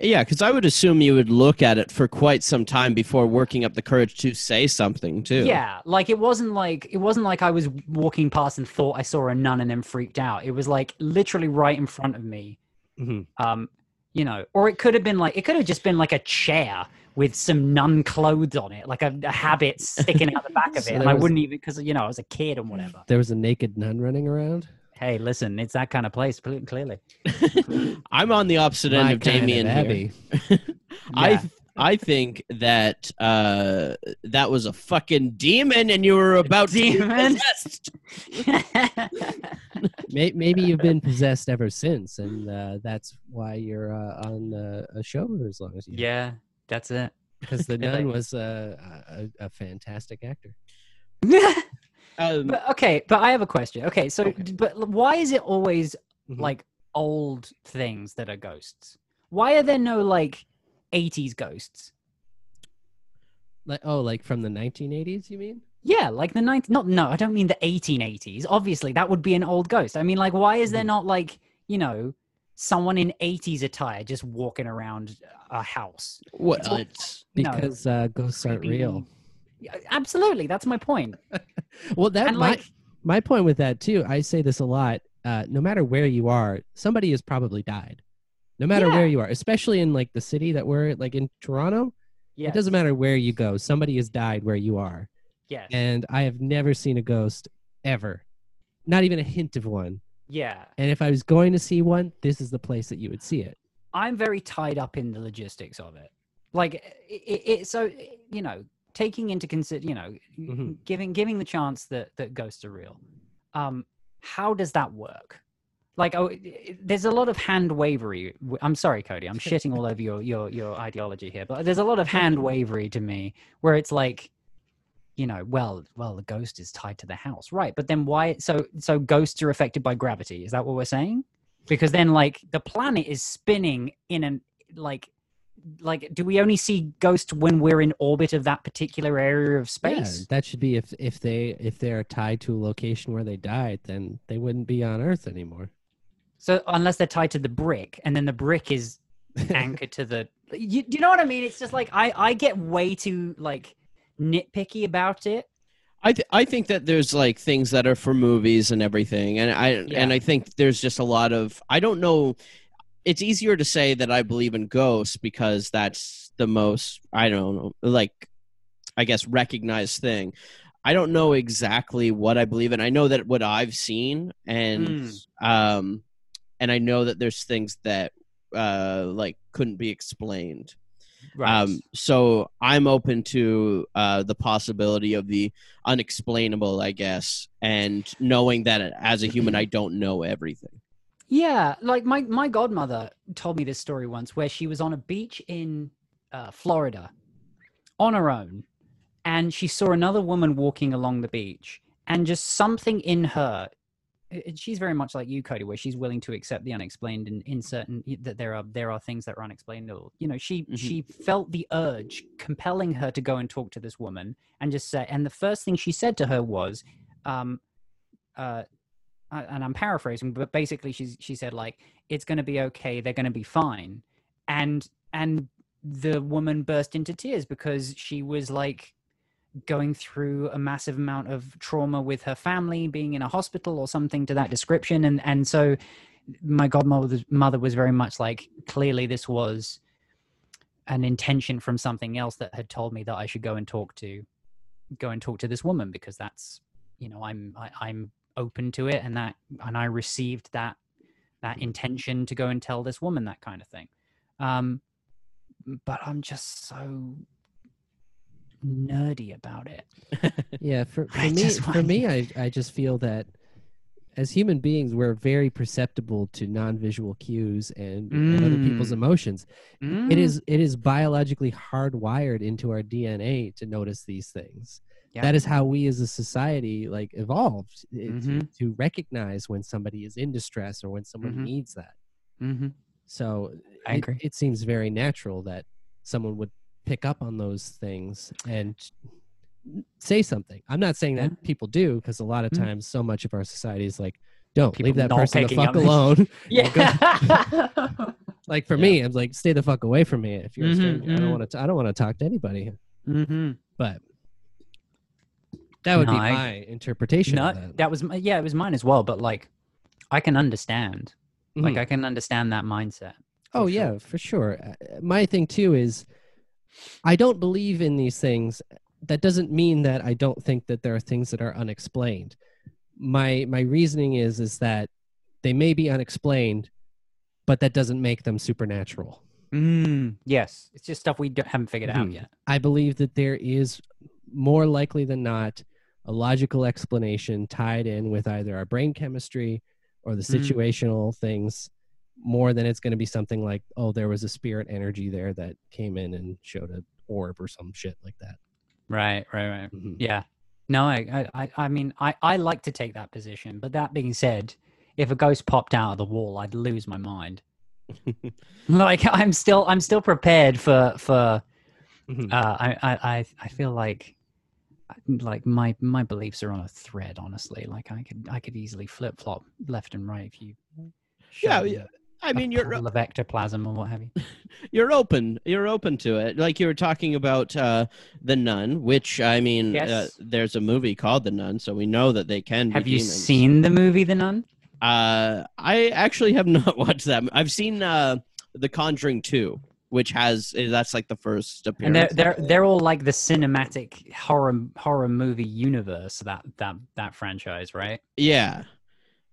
B: yeah, because I would assume you would look at it for quite some time before working up the courage to say something too.
C: Yeah, like it wasn't like it wasn't like I was walking past and thought I saw a nun and then freaked out. It was like literally right in front of me.
A: Mhm.
C: Um, you know, or it could have been like it could have just been like a chair with some nun clothes on it, like a, a habit sticking out the back of
A: So
C: it, and
A: there
C: I
A: was-
C: wouldn't even because you know I was a kid and whatever.
A: there was a naked nun running around
C: Hey, listen, it's that kind of place, cle- clearly.
B: I'm on the opposite end
A: My
B: of
A: kind of
B: Damien here.
A: Abbey.
B: I
C: Yeah.
B: th- I think that uh, that was a fucking demon, and you were about
C: Demon?
B: to be possessed.
A: May- maybe you've been possessed ever since and uh, that's why you're uh, on uh, a show for as long as you
C: yeah, that's it.
A: because the nun was uh, a, a a fantastic actor
C: but,
B: Um,
C: okay, but I have a question. Okay, so
A: Okay.
C: d but l- why is it always
A: Mhm.
C: like old things that are ghosts? Why are there no like 80s ghosts?
A: like oh like from the 1980s you mean
C: Yeah, like the 90s. Not no, I don't mean the 1880s. Obviously, that would be an old ghost. I mean, like, why is there
A: Mhm.
C: not like you know someone in 80s attire just walking around a house?
B: what?
C: It's all- No.
A: because uh, ghosts aren't
C: creepy-
A: real
C: Yeah, Absolutely, that's my point.
A: well that
C: And
A: might
C: like,
A: my point with that too i say this a lot uh, no matter where you are somebody has probably died no matter
C: Yeah.
A: where you are especially in like the city that we're like in toronto
C: yeah,
A: it doesn't matter where you go somebody has died where you are
C: Yeah,
A: and i have never seen a ghost ever not even a hint of one
C: yeah.
A: and if i was going to see one this is the place that you would see it
C: I'm very tied up in the logistics of it. Like it, it, it so you know, taking into consider, you know,
A: Mhm.
C: giving giving the chance that that ghosts are real. Um, how does that work? Like, oh, it- it- there's a lot of hand wavery. w- I'm sorry, Cody. I'm shitting all over your your your ideology here, but there's a lot of hand wavery to me where it's like, you know, well, well, the ghost is tied to the house, right? But then why? So so ghosts are affected by gravity. Is that what we're saying? because then like the planet is spinning in an like like do we only see ghosts when we're in orbit of that particular area of
A: Yeah,
C: space
A: that should be if if they if they are tied to a location where they died then they wouldn't be on earth anymore
C: so unless they're tied to the brick and then the brick is anchored to the you, do you know what i mean it's just like i i get way too like nitpicky about it
B: I th- I think that there's like things that are for movies and everything, and I and
C: Yeah.
B: I think there's just a lot of I don't know. It's easier to say that I believe in ghosts because that's the most I don't know, like I guess recognized thing. I don't know exactly what I believe in. I know that what I've seen, and
C: Mm.
B: um, and I know that there's things that uh like couldn't be explained um, so I'm open to uh, the possibility of the unexplainable, I guess, and knowing that as a human, I don't know everything.
C: Yeah, like my my godmother told me this story once where she was on a beach in uh, Florida on her own and she saw another woman walking along the beach and just something in her a- and she's very much like you Cody where she's willing to accept the unexplained and in certain that there are there are things that are unexplainable. You know, she
B: Mhm.
C: she felt the urge compelling her to go and talk to this woman and just say and the first thing she said to her was um uh I- and I'm paraphrasing, but basically she's she said like it's going to be okay, they're going to be fine, and and the woman burst into tears because she was like, going through a massive amount of trauma with her family, being in a hospital or something to that description. And and so my godmother's mother was very much like, clearly this was an intention from something else that had told me that I should go and talk to go and talk to this woman because that's you know I'm I, I'm open to it and that and I received that that intention to go and tell this woman that kind of thing. Um, but I'm just so nerdy about it.
A: Yeah, for, for
C: I
A: me,
C: just
A: for
C: want-
A: me, I I just feel that as human beings, we're very perceptible to non-visual cues and, and other people's
C: Mm.
A: emotions. It
C: Mm.
A: is it is biologically hardwired into our DNA to notice these things.
C: Yeah.
A: That is how we as a society like evolved i- to,
C: Mhm.
A: to recognize when somebody is in distress or when someone
C: Mhm.
A: needs that.
C: Mhm.
A: So
C: I
A: it-
C: agree.
A: It, seems very natural that someone would pick up on those things and say something. I'm not saying that people do because a lot of
C: Mm.
A: times so much of our society is like, don't
C: People
A: leave that
C: not
A: person the
C: picking up.
A: fuck alone.
C: Yeah.
A: like for
B: Yeah.
A: me, I'm like, stay the fuck away from me if you're
C: Mhm,
A: a stranger. I
C: mhm.
A: don't want to. I don't want to talk to anybody.
C: mm-hmm.
A: But that would
C: No,
A: be
C: I-
A: my interpretation.
C: No,
A: of that.
C: that was my- yeah, it was mine as well. But like, I can understand. Like,
A: Mhm.
C: I can understand that mindset.
A: Oh
C: for sure.
A: yeah, for sure. Uh, My thing too is I don't believe in these things. That doesn't mean that I don't think that there are things that are unexplained. My my reasoning is is that they may be unexplained, but that doesn't make them supernatural.
C: Mm, Mm-hmm. yes, it's just stuff we don't, haven't figured out
A: Mhm.
C: yet.
A: I believe that there is more likely than not a logical explanation tied in with either our brain chemistry or the
C: Mm.
A: situational things more than it's going to be something like oh there was a spirit energy there that came in and showed an orb or some shit like that
C: Right, right, right.
A: Mhm.
C: Yeah. No, I, I, I- I mean, I, I like to take that position. But that being said, if a ghost popped out of the wall, I'd lose my mind. like I'm still, I'm still prepared for, for.
A: Mhm.
B: Mm-hmm.
C: Uh, I, I, I, I feel like, like my, my beliefs are on a thread. Honestly, like I could, I could easily flip flop left and right if you.
B: Yeah,
C: showed me
B: yeah. I mean,
C: a
B: you're uh
C: puddle of ectoplasm or what have you.
B: you're open you're open to it like you were talking about uh the nun which i mean uh,
C: Yes.
B: there's a movie called the nun so we know that they can be
C: Have you
B: demons.
C: seen the movie The Nun?
B: uh i actually have not watched that i've seen uh the conjuring 2 which has that's like the first
C: and they're
B: appearance
C: they're they're all like the cinematic horror horror movie universe that that that franchise, right?
B: yeah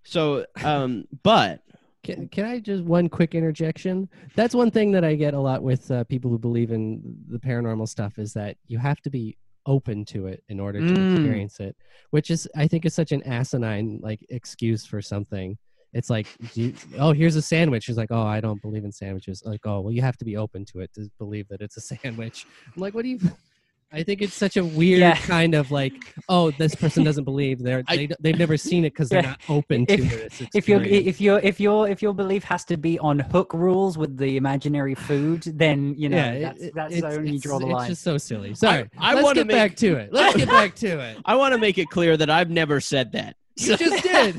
B: so um but
A: Can, can I just one quick interjection? That's one thing that I get a lot with uh, people who believe in the paranormal stuff is that you have to be open to it in order to
C: Mm.
A: experience it, which is I think is such an asinine like excuse for something. It's like, do you, oh, here's a sandwich. It's like, oh, I don't believe in sandwiches. Like, oh, well, you have to be open to it to believe that it's a sandwich. I'm like, what do you? I think it's such a weird
C: Yeah.
A: kind of like, oh, this person doesn't believe they're
B: I-
A: they, they've never seen it because they're
C: Yeah.
A: not open to
C: If-
A: it.
C: If your if your if your if your belief has to be on hook rules with the imaginary food, then you know
A: it-
C: that's
A: it-
C: that's
A: it's-
C: the only you
A: it's-
C: draw the
A: it's
C: line.
A: just so silly. Sorry.
B: I
A: Let's
B: wanna
A: get back
B: make-
A: to it. Let's get back to it.
B: i want to make it clear that i've never said that
A: You just did.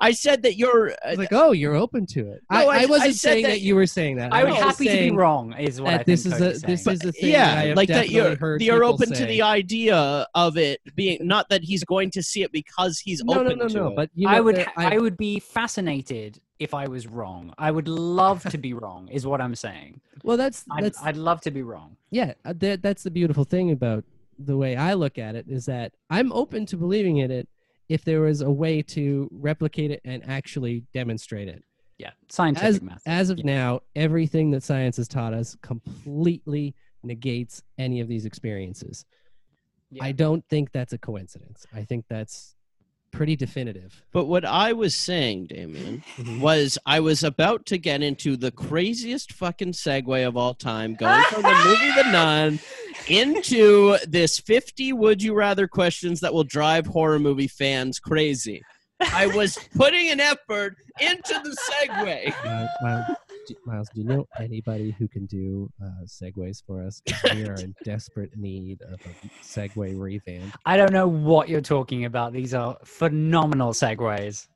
B: i said that you're
A: I
B: uh,
A: was like, oh, you're open to it.
B: No,
A: I,
B: I-
A: I wasn't
B: I said
A: saying
B: that
A: that, you were saying that.
C: I'm
A: was just
C: happy to be
A: saying
C: wrong. Is what I
A: That
C: think
A: this is
C: Cody's
A: a this
C: saying.
A: is a thing. that I
B: yeah
A: have
B: like that
A: definitely
B: you're
A: heard
B: you're
A: people
B: open to
A: say.
B: the idea of it being not that he's going to see it because he's
A: No, no,
B: open
A: no,
B: to
A: no.
B: it
A: But you know,
C: I would
A: there-
C: I would be fascinated if I was wrong. I would love to be wrong. Is what I'm saying.
A: well, that's
C: I'd,
A: that's
C: I'd love to be wrong.
A: yeah. uh, That that's the beautiful thing about the way I look at it is that I'm open to believing in it if there was a way to replicate it and actually demonstrate it.
C: Yeah, scientific method.
A: as of
C: Yeah.
A: now, everything that science has taught us completely negates any of these experiences.
C: Yeah.
A: I don't think that's a coincidence. I think that's pretty definitive.
B: But what I was saying, Damien, was I was about to get into the craziest fucking segue of all time, going from the movie The Nun into this 50 would you rather questions that will drive horror movie fans crazy. I was putting an effort into the segue.
A: Miles, do, Miles, do you know anybody who can do uh, segues for us? We are in desperate need of a segue revamp.
C: I don't know what you're talking about. These are phenomenal segues.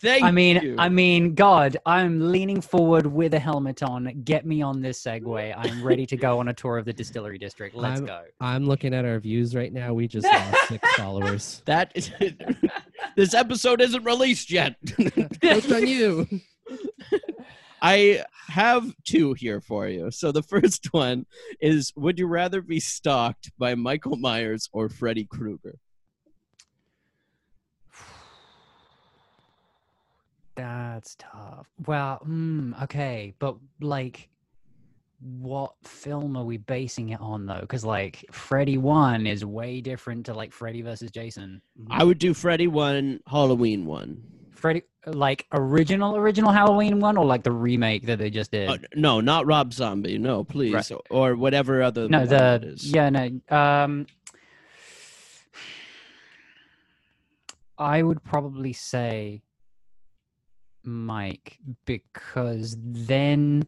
B: Thank
C: I mean,
B: you.
C: I mean, God, I'm leaning forward with a helmet on. Get me on this segue. I'm ready to go on a tour of the distillery district. Let's
A: I'm-
C: go.
A: I'm looking at our views right now. We just lost six followers.
B: that is, this episode isn't released yet.
A: Jokes on you.
B: I have two here for you. So the first one is Would you rather be stalked by Michael Myers or Freddy Krueger?
C: That's tough. Well, mm, okay, but like, what film are we basing it on though? Because like, Freddy One is way different to like Freddy versus Jason.
B: I would do Freddy one, Halloween one.
C: Freddy, like original original Halloween one, or like the remake that they just did.
B: Uh, no, not Rob Zombie. No, please,
C: Right.
B: or whatever other.
C: no,
B: one it
C: the
B: is.
C: yeah, no. Um, I would probably say Mike because then,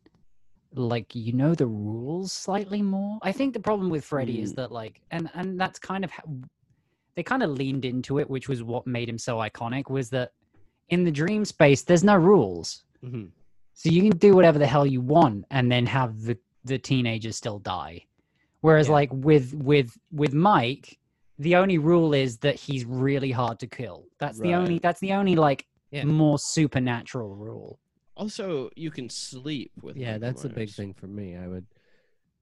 C: like, you know the rules slightly more. I think the problem with Freddy is
B: Mm.
C: that, like, and and that's kind of how, they kind of leaned into it, which was what made him so iconic. Was that in the dream space, there's no rules.
A: Mhm.
C: So you can do whatever the hell you want and then have the, the teenagers still die. Whereas
A: Yeah.
C: like with with with Mike, the only rule is that he's really hard to kill. That's the only
B: Right.
C: that's the only like
A: Yeah.
C: more supernatural rule.
B: Also, you can sleep with.
A: Yeah,
B: Michael
A: that's a big
B: Myers.
A: thing for me. I would.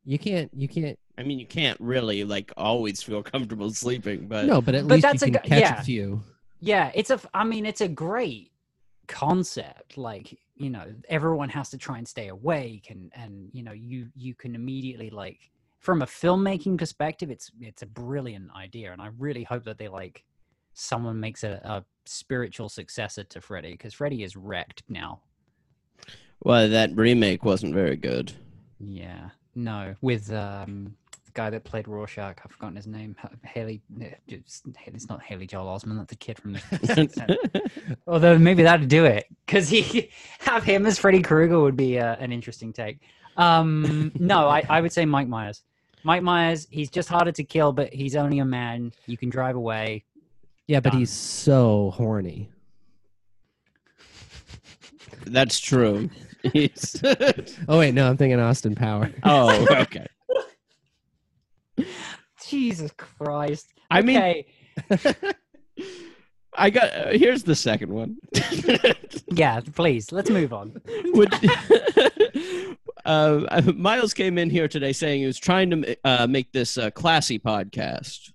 A: You can't. You can't.
B: I mean, you can't really like always feel comfortable sleeping, but
A: No, but at
C: But
A: least
C: that's a
A: you can
C: g-
A: catch
C: yeah.
A: a few.
C: Yeah, it's a f- I mean it's a great concept like you know everyone has to try and stay awake and and you know you you can immediately like from a filmmaking perspective it's it's a brilliant idea and i really hope that they like someone makes a, a spiritual successor to freddy because freddy is wrecked now
B: well, that remake wasn't very good.
C: yeah no with um the guy that played rorschach i've forgotten his name Ha- haley eh, it's it's not haley joel osment that's a kid from the Although maybe that'd do it, because he have him as Freddy Krueger would be uh, an interesting take. Um, no, I, I would say Mike Myers. Mike Myers, he's just harder to kill, but he's only a man. You can drive away.
A: Yeah, but
C: Done.
A: he's so horny.
B: that's true. He's-
A: Oh wait, no, I'm thinking Austin Power.
B: oh, okay.
C: Jesus Christ!
B: I mean-
C: Okay,
B: I got. Uh, here's the second one.
C: yeah, please let's move on.
B: Would uh, Miles came in here today saying he was trying to uh, make this uh, classy podcast.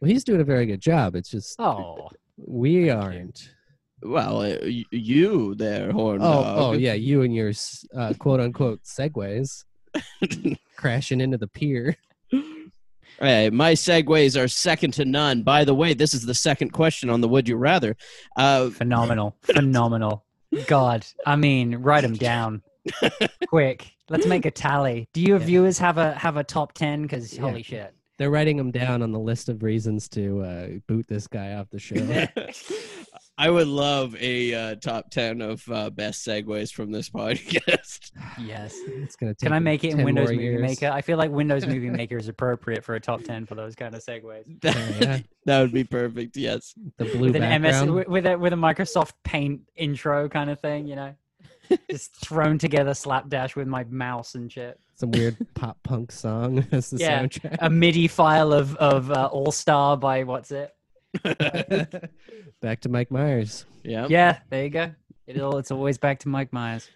A: Well, he's doing a very good job. It's just
C: Oh,
A: we aren't.
B: Well, uh, y- you there, horn
A: Oh,
B: dog.
A: oh yeah, you and your s- uh, quote unquote segues crashing into the pier.
B: Hey, my segues are second to none. By the way, this is the second question on the Would You Rather. Uh,
C: phenomenal, phenomenal. God, I mean, write them down quick. Let's make a tally. Do your
A: Yeah.
C: viewers have a have a top ten? Because
A: Yeah.
C: holy shit.
A: They're writing him down on the list of reasons to uh, boot this guy off the show.
B: I would love a uh, top 10 of uh, best segues from this podcast.
A: Oh,
C: Yes.
A: it's gonna take
C: Can I
A: him
C: make it in
A: 10
C: Windows
A: more
C: Movie
A: years.
C: Maker? I feel like Windows Movie Maker is appropriate for a top ten for those kind of segues.
A: Oh, yeah.
B: that, that would be perfect. Yes.
A: The blue
C: With an MS,
A: background.
C: wi- with a with a Microsoft Paint intro kind of thing, you know, just thrown together slapdash with my mouse and shit.
A: some weird pop punk song as the
C: Yeah.
A: soundtrack.
C: A MIDI file of of uh, All Star by what's it?
A: Back to Mike Myers.
B: Yeah.
C: Yeah, there you go. It all it's always back to Mike Myers.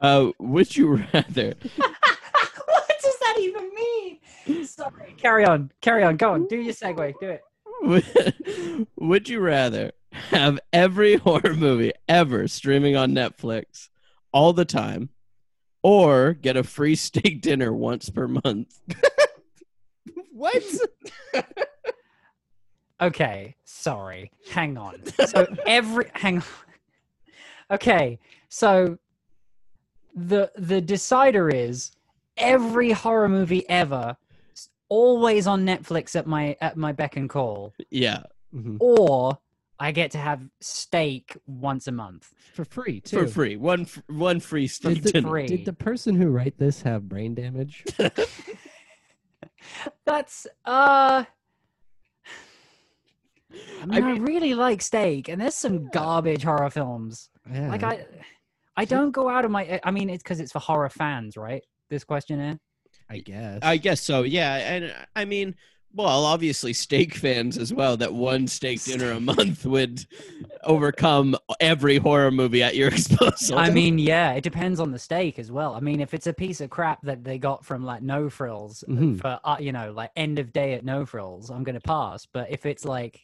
B: Uh, would you rather?
C: what does that even mean? Sorry, carry on, carry on, go on, do your segue, do it.
B: Would, would you rather have every horror movie ever streaming on Netflix all the time or get a free steak dinner once per month?
A: What?
C: Okay, sorry. Hang on. So every hang on. Okay, so the the decider is every horror movie ever s- always on Netflix at my at my beck and call
B: Yeah,
A: Mm-hmm.
C: or I get to have steak once a month.
A: For free too.
B: for free. One f- one free steak
A: Did the,
B: dinner.
C: Free.
A: did the person who wrote this have brain damage?
C: That's uh I, mean, I really like steak, and there's some garbage horror films.
A: Yeah,
C: Like I, I don't go out of my. I mean, it's because it's for horror fans, right? This questionnaire.
A: I guess.
B: I guess so. Yeah, and uh, I mean, well, obviously steak fans as well. That one steak dinner a month would overcome every horror movie at your disposal.
C: I mean, yeah, it depends on the steak as well. I mean, if it's a piece of crap that they got from like No Frills
A: Mhm.
C: for uh, you know like end of day at No Frills, I'm gonna pass. But if it's like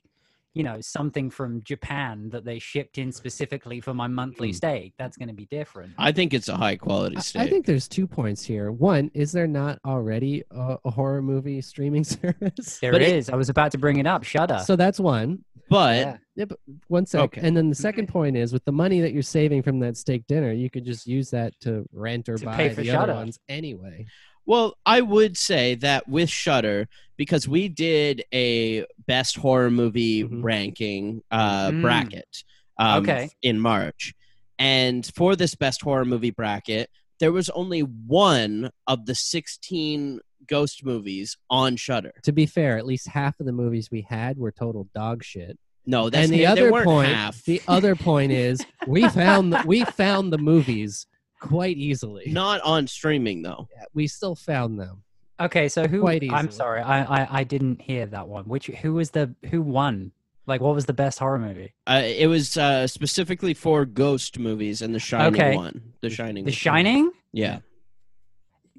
C: you know something from Japan that they shipped in specifically for my monthly
A: Mm.
C: steak, that's gonna be different.
B: I think it's a high quality
A: I-
B: steak.
A: I think there's two points here. One, is there not already a, a horror movie streaming service?
C: There
B: But
C: is.
B: it-
C: I was about to bring it up. Shudder.
A: So that's one.
B: but
C: Yeah.
A: One sec.
B: Okay.
A: And then the second point is with the money that you're saving from that steak dinner, you could just use that to rent or
C: To
A: buy
C: pay for
A: the
C: Shudder.
A: other ones anyway.
B: Well, I would say that with Shudder, because we did a best horror movie
A: Mhm.
B: ranking uh,
C: Mm.
B: bracket um,
C: Okay.
B: in March. And for this best horror movie bracket, there was only one of the 16 ghost movies on Shudder.
A: To be fair, at least half of the movies we had were total dog shit.
B: No, that's
A: and the
B: they
A: other
B: weren't
A: point,
B: half.
A: the other point is we found the, we found the movies quite easily.
B: Not on streaming, though.
A: We still found them.
C: okay, so who?
A: Quite
C: I'm
A: easily.
C: sorry, I, I I didn't hear that one. Which who was the who won? Like, what was the best horror movie?
B: Uh, it was uh, specifically for ghost movies and The Shining
C: Okay.
B: one. The Shining.
C: The
B: was-
C: Shining.
B: Yeah.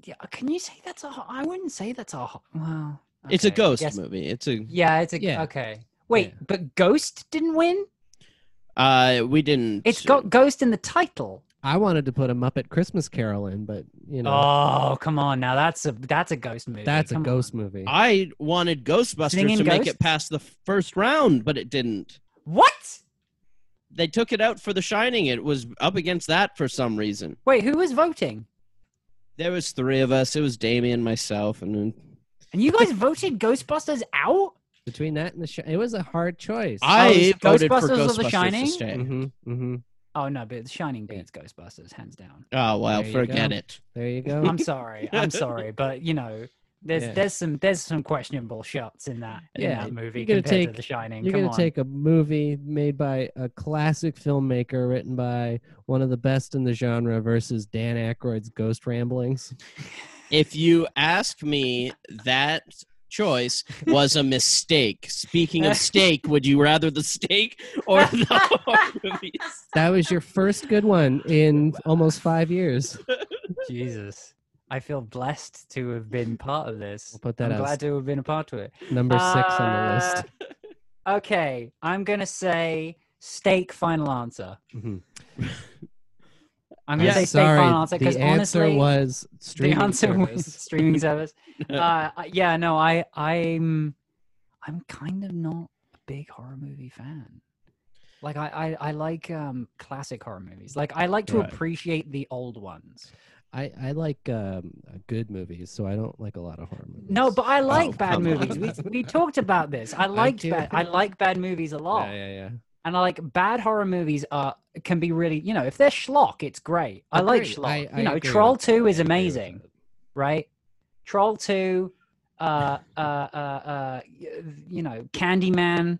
C: Yeah, can you say that's a? ho- I wouldn't say that's a. ho- Well,
B: It's a
C: okay, I
B: ghost
C: guess-
B: movie. It's a
C: Yeah, it's a.
A: Yeah.
C: Okay. Wait,
A: Yeah.
C: but Ghost didn't win.
B: Uh, we didn't.
C: It's got Ghost in the title.
A: I wanted to put a Muppet Christmas Carol in, but you know
C: Oh, come on! Now that's a that's a ghost movie.
A: that's a
C: come
A: ghost
C: on.
A: movie.
B: I wanted Ghostbusters
C: Singing
B: to make
C: Ghosts?
B: it past the first round, but it didn't.
C: What?
B: They took it out for The Shining. It was up against that for some reason.
C: Wait, who was voting?
B: There was three of us. It was Damien, myself, and then
C: And you guys voted Ghostbusters out?
A: Between that and the show, it was a hard choice.
B: I
C: Oh, it's
B: voted for
C: Ghostbusters or The
B: Ghostbusters
C: Shining?
B: to stay.
C: Mm-hmm,
A: hmm hmm
C: Oh no, but The Shining
A: Yeah.
C: beats Ghostbusters hands down.
B: Oh well,
A: There you
B: forget
A: go.
B: it.
A: There you go.
C: I'm sorry, I'm sorry, but you know, there's
A: Yeah.
C: there's some there's some questionable shots in that in
A: Yeah,
C: that movie
A: you're gonna
C: compared to
A: take-
C: The Shining.
A: You're
C: come
A: gonna
C: on.
A: take a movie made by a classic filmmaker, written by one of the best in the genre, versus Dan Aykroyd's Ghost Ramblings.
B: If you ask me, that choice was a mistake. Speaking of steak, would you rather the steak or the horror movies?
A: That was your first good one in almost five years.
C: Jesus. I feel blessed to have been part of this.
A: We'll put that
C: I'm
A: as
C: glad to have been a part of it.
A: Number six on the list.
C: Uh, Okay, I'm gonna say steak final answer.
A: Mhm.
C: I'm gonna
B: Yeah,
C: say
A: I'm
C: steak final answer because
A: the answer
C: honestly,
A: was
C: the
A: streaming
C: answer was
A: service.
C: streaming service. uh, I- yeah, no, I, I'm, I'm kind of not a big horror movie fan. Like I, I, I like um, classic horror movies. Like I like to
B: Right.
C: appreciate the old ones.
A: I, I like um, uh, good movies, so I don't like a lot of horror movies.
C: No, but I like bad
B: come
C: movies.
A: Oh, on.
C: We, we talked about this. I liked
A: kidding.
C: bad, I like bad movies a lot,
A: yeah, yeah, yeah.
C: and I like bad horror movies. Are can be really you know if they're schlock, it's great. I like
A: Agreed.
C: schlock.
A: I- I
C: you know,
A: agree
C: Troll
A: with-
C: Two is
A: I agree with
C: amazing,
A: that.
C: right? Troll Two, uh, uh, uh, uh, y- you know, Candyman.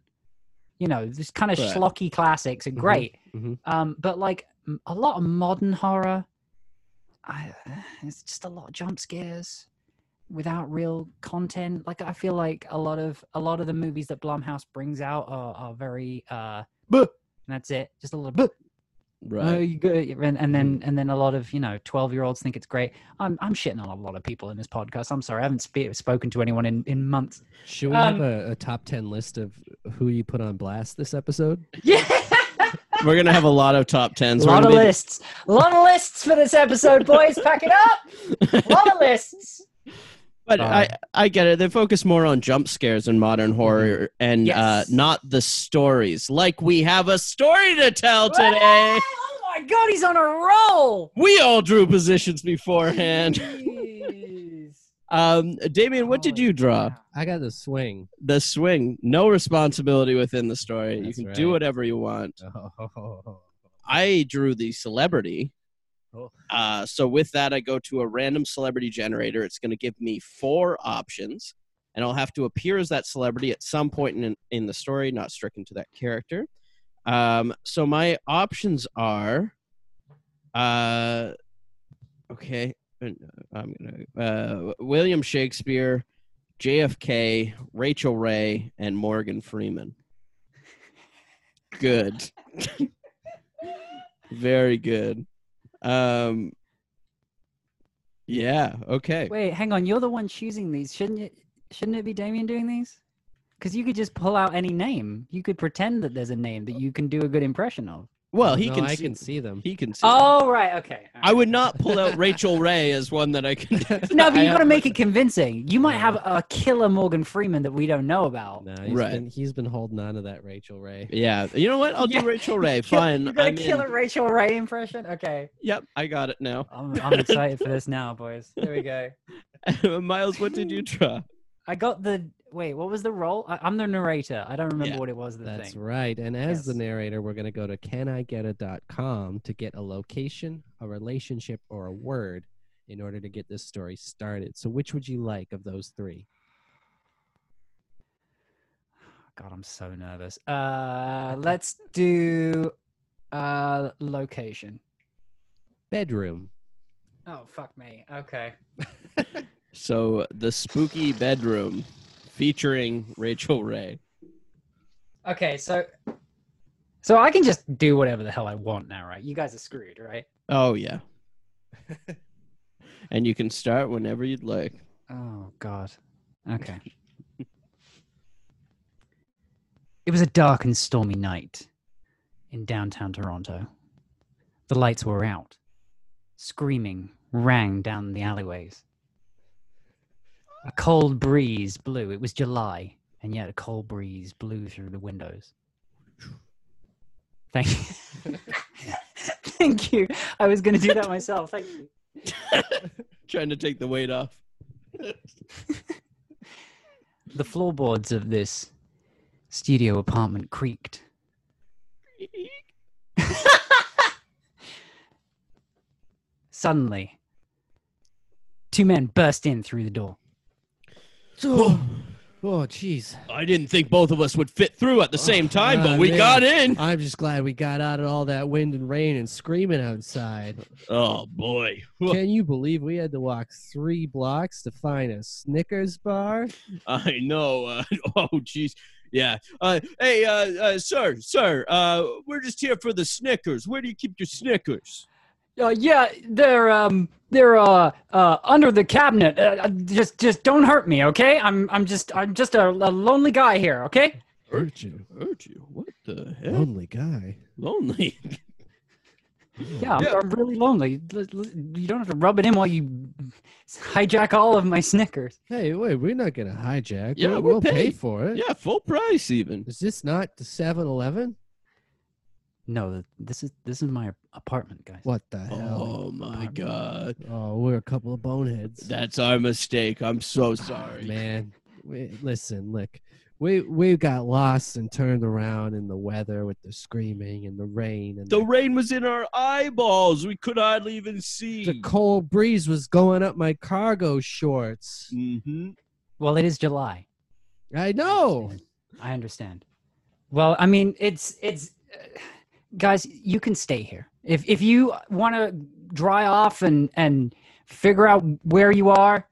C: You know, this kind of
B: Right.
C: schlocky classics are
A: Mhm,
C: great.
A: mhm.
C: Um, but like m- a lot of modern horror, I, it's just a lot of jump scares without real content. Like I feel like a lot of a lot of the movies that Blumhouse brings out are, are very uh, "Buh," and that's it. Just a little "Buh." Oh,
B: Right. Mm-hmm.
C: you go, and, and then and then a lot of you know twelve year olds think it's great. I'm I'm shitting on a lot of people in this podcast. I'm sorry, I haven't spe- spoken to anyone in in months.
A: Should we
C: Um,
A: have a, a top ten list of who you put on blast this episode?
C: Yeah,
B: We're gonna have a lot of top
C: a
B: tens. We're
C: lot
B: gonna be
C: of
B: the-
C: lists, a lot of lists for this episode, boys. Pack it up, a lot of lists.
B: But
C: Sorry.
B: I, I get it. They focus more on jump scares in modern horror and uh,
C: Yes.
B: not the stories. Like we have a story to tell today.
C: Oh my god, he's on a roll.
B: We all drew positions beforehand.
C: Jeez.
B: Um, Damien, what did
C: Holy
B: you draw?
C: cow.
A: I got the swing.
B: The swing. No responsibility within the story. you
A: That's
B: can do
A: right.
B: whatever you want.
A: Oh.
B: I drew the celebrity.
A: Oh.
B: Uh, so with that, I go to a random celebrity generator. It's going to give me four options. and I'll have to appear as that celebrity at some point in in the story, not stricken to that character. Um, so my options are, uh, okay, uh, I'm gonna uh, William Shakespeare, JFK, Rachel Ray, and Morgan Freeman. Good, very good. Um, yeah. Okay.
C: Wait, hang on. You're the one choosing these, shouldn't it? Shouldn't it be Damien doing these? Because you could just pull out any name. You could pretend that there's a name that you can do a good impression of.
B: Well, he
A: No,
B: can.
A: I
B: see,
A: can see them.
B: He can. See
C: Oh, right. Okay.
B: I would not pull out Rachel Ray as one that I can.
C: No, but
A: I
C: you got to
A: have-
C: make it convincing. You might have a killer Morgan Freeman that we don't know about.
A: No, he's
B: Right.
A: been he's been holding on to that Rachel Ray.
B: yeah, you know what? I'll do
C: Yeah.
B: Rachel Ray.
C: Kill-
B: Fine.
C: You got a
B: I'm in.
C: killer Rachel Ray impression? Okay.
B: Yep, I got it now.
C: I'm, I'm excited for this now, boys. Here we go.
B: Miles, what did you draw?
C: I got the wait. What was the role? I, I'm the narrator. I don't remember
B: Yeah,
C: what it was. The
A: That's
C: thing.
A: right. And as the
C: Yes.
A: narrator, we're going to go to canigeta.com to get a location, a relationship, or a word in order to get this story started. So, which would you like of those three?
C: God, I'm so nervous. Uh, let's do uh location.
A: Bedroom.
C: Oh fuck me. Okay.
B: So the spooky bedroom, featuring Rachel Ray.
C: Okay. So, so I can just do whatever the hell I want now, right? You guys are screwed, right?
B: Oh yeah. and you can start whenever you'd like.
C: Oh God. Okay. it was a dark and stormy night in downtown Toronto. The lights were out. Screaming rang down the alleyways. A cold breeze blew. It was July, and yet a cold breeze blew through the windows. Thank you. Thank you. I was going to do that myself. Thank you.
B: Trying to take the weight off.
C: The floorboards of this studio apartment creaked. Suddenly, two men burst in through the door.
A: Oh, jeez.
B: I didn't think both of us would fit through at the
C: Oh,
B: same time, but
A: Ah,
B: we
A: man.
B: got in.
A: I'm just glad we got out of all that wind and rain and screaming outside.
B: Oh boy.
A: Can you believe we had to walk three blocks to find a Snickers bar?
B: I know. Uh, oh, jeez. Yeah. Uh, hey, uh, uh, sir, sir. Uh, we're just here for the Snickers. Where do you keep your Snickers?
C: Uh, yeah, they're um, they're uh, uh, under the cabinet. Uh, uh, just, just don't hurt me, okay? I'm, I'm just, I'm just a, a lonely guy here, okay?
A: Hurt you.
B: Hurt you? What the hell?
A: Lonely guy.
B: Lonely.
C: Yeah, I'm,
B: Yeah.
C: I'm really lonely. L- l- You don't have to rub it in while you hijack all of my Snickers.
A: Hey, wait, we're not going to hijack.
B: Yeah,
A: we'll,
B: we're
A: we'll pay
B: paid.
A: for it.
B: yeah, full price even.
A: Is this not the 7 Eleven?
C: No, this is, this is my apartment, guys.
A: What the hell?
B: Oh my god.
A: Oh, we're a couple of boneheads.
B: That's our mistake. I'm so
A: Ah,
B: sorry.
A: man. We, listen, look, we we got lost and turned around in the weather with the screaming and the rain and
B: The rain was in our eyeballs. We could hardly even see.
A: the cold breeze was going up my cargo shorts.
B: hmm
C: Well, it is July.
A: I
C: I
A: know.
C: understand. I understand. Well, I mean, it's it's uh, guys, you can stay here. If if you want to dry off and and figure out where you are,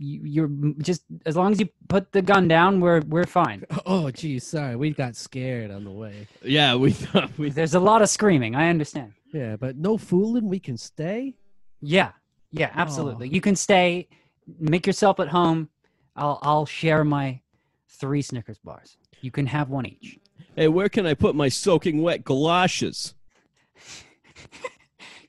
C: you, you're just as long as you put the gun down, we're we're fine.
A: Oh, geez, sorry, we got scared on the way.
B: Yeah, we thought we.
C: There's a lot of screaming. I understand.
A: Yeah, but no fooling, we can stay.
C: Yeah. Yeah, absolutely. You can stay, make yourself at home. I'll I'll share my three Snickers bars. You can have one each.
B: Hey, where can I put my soaking wet galoshes?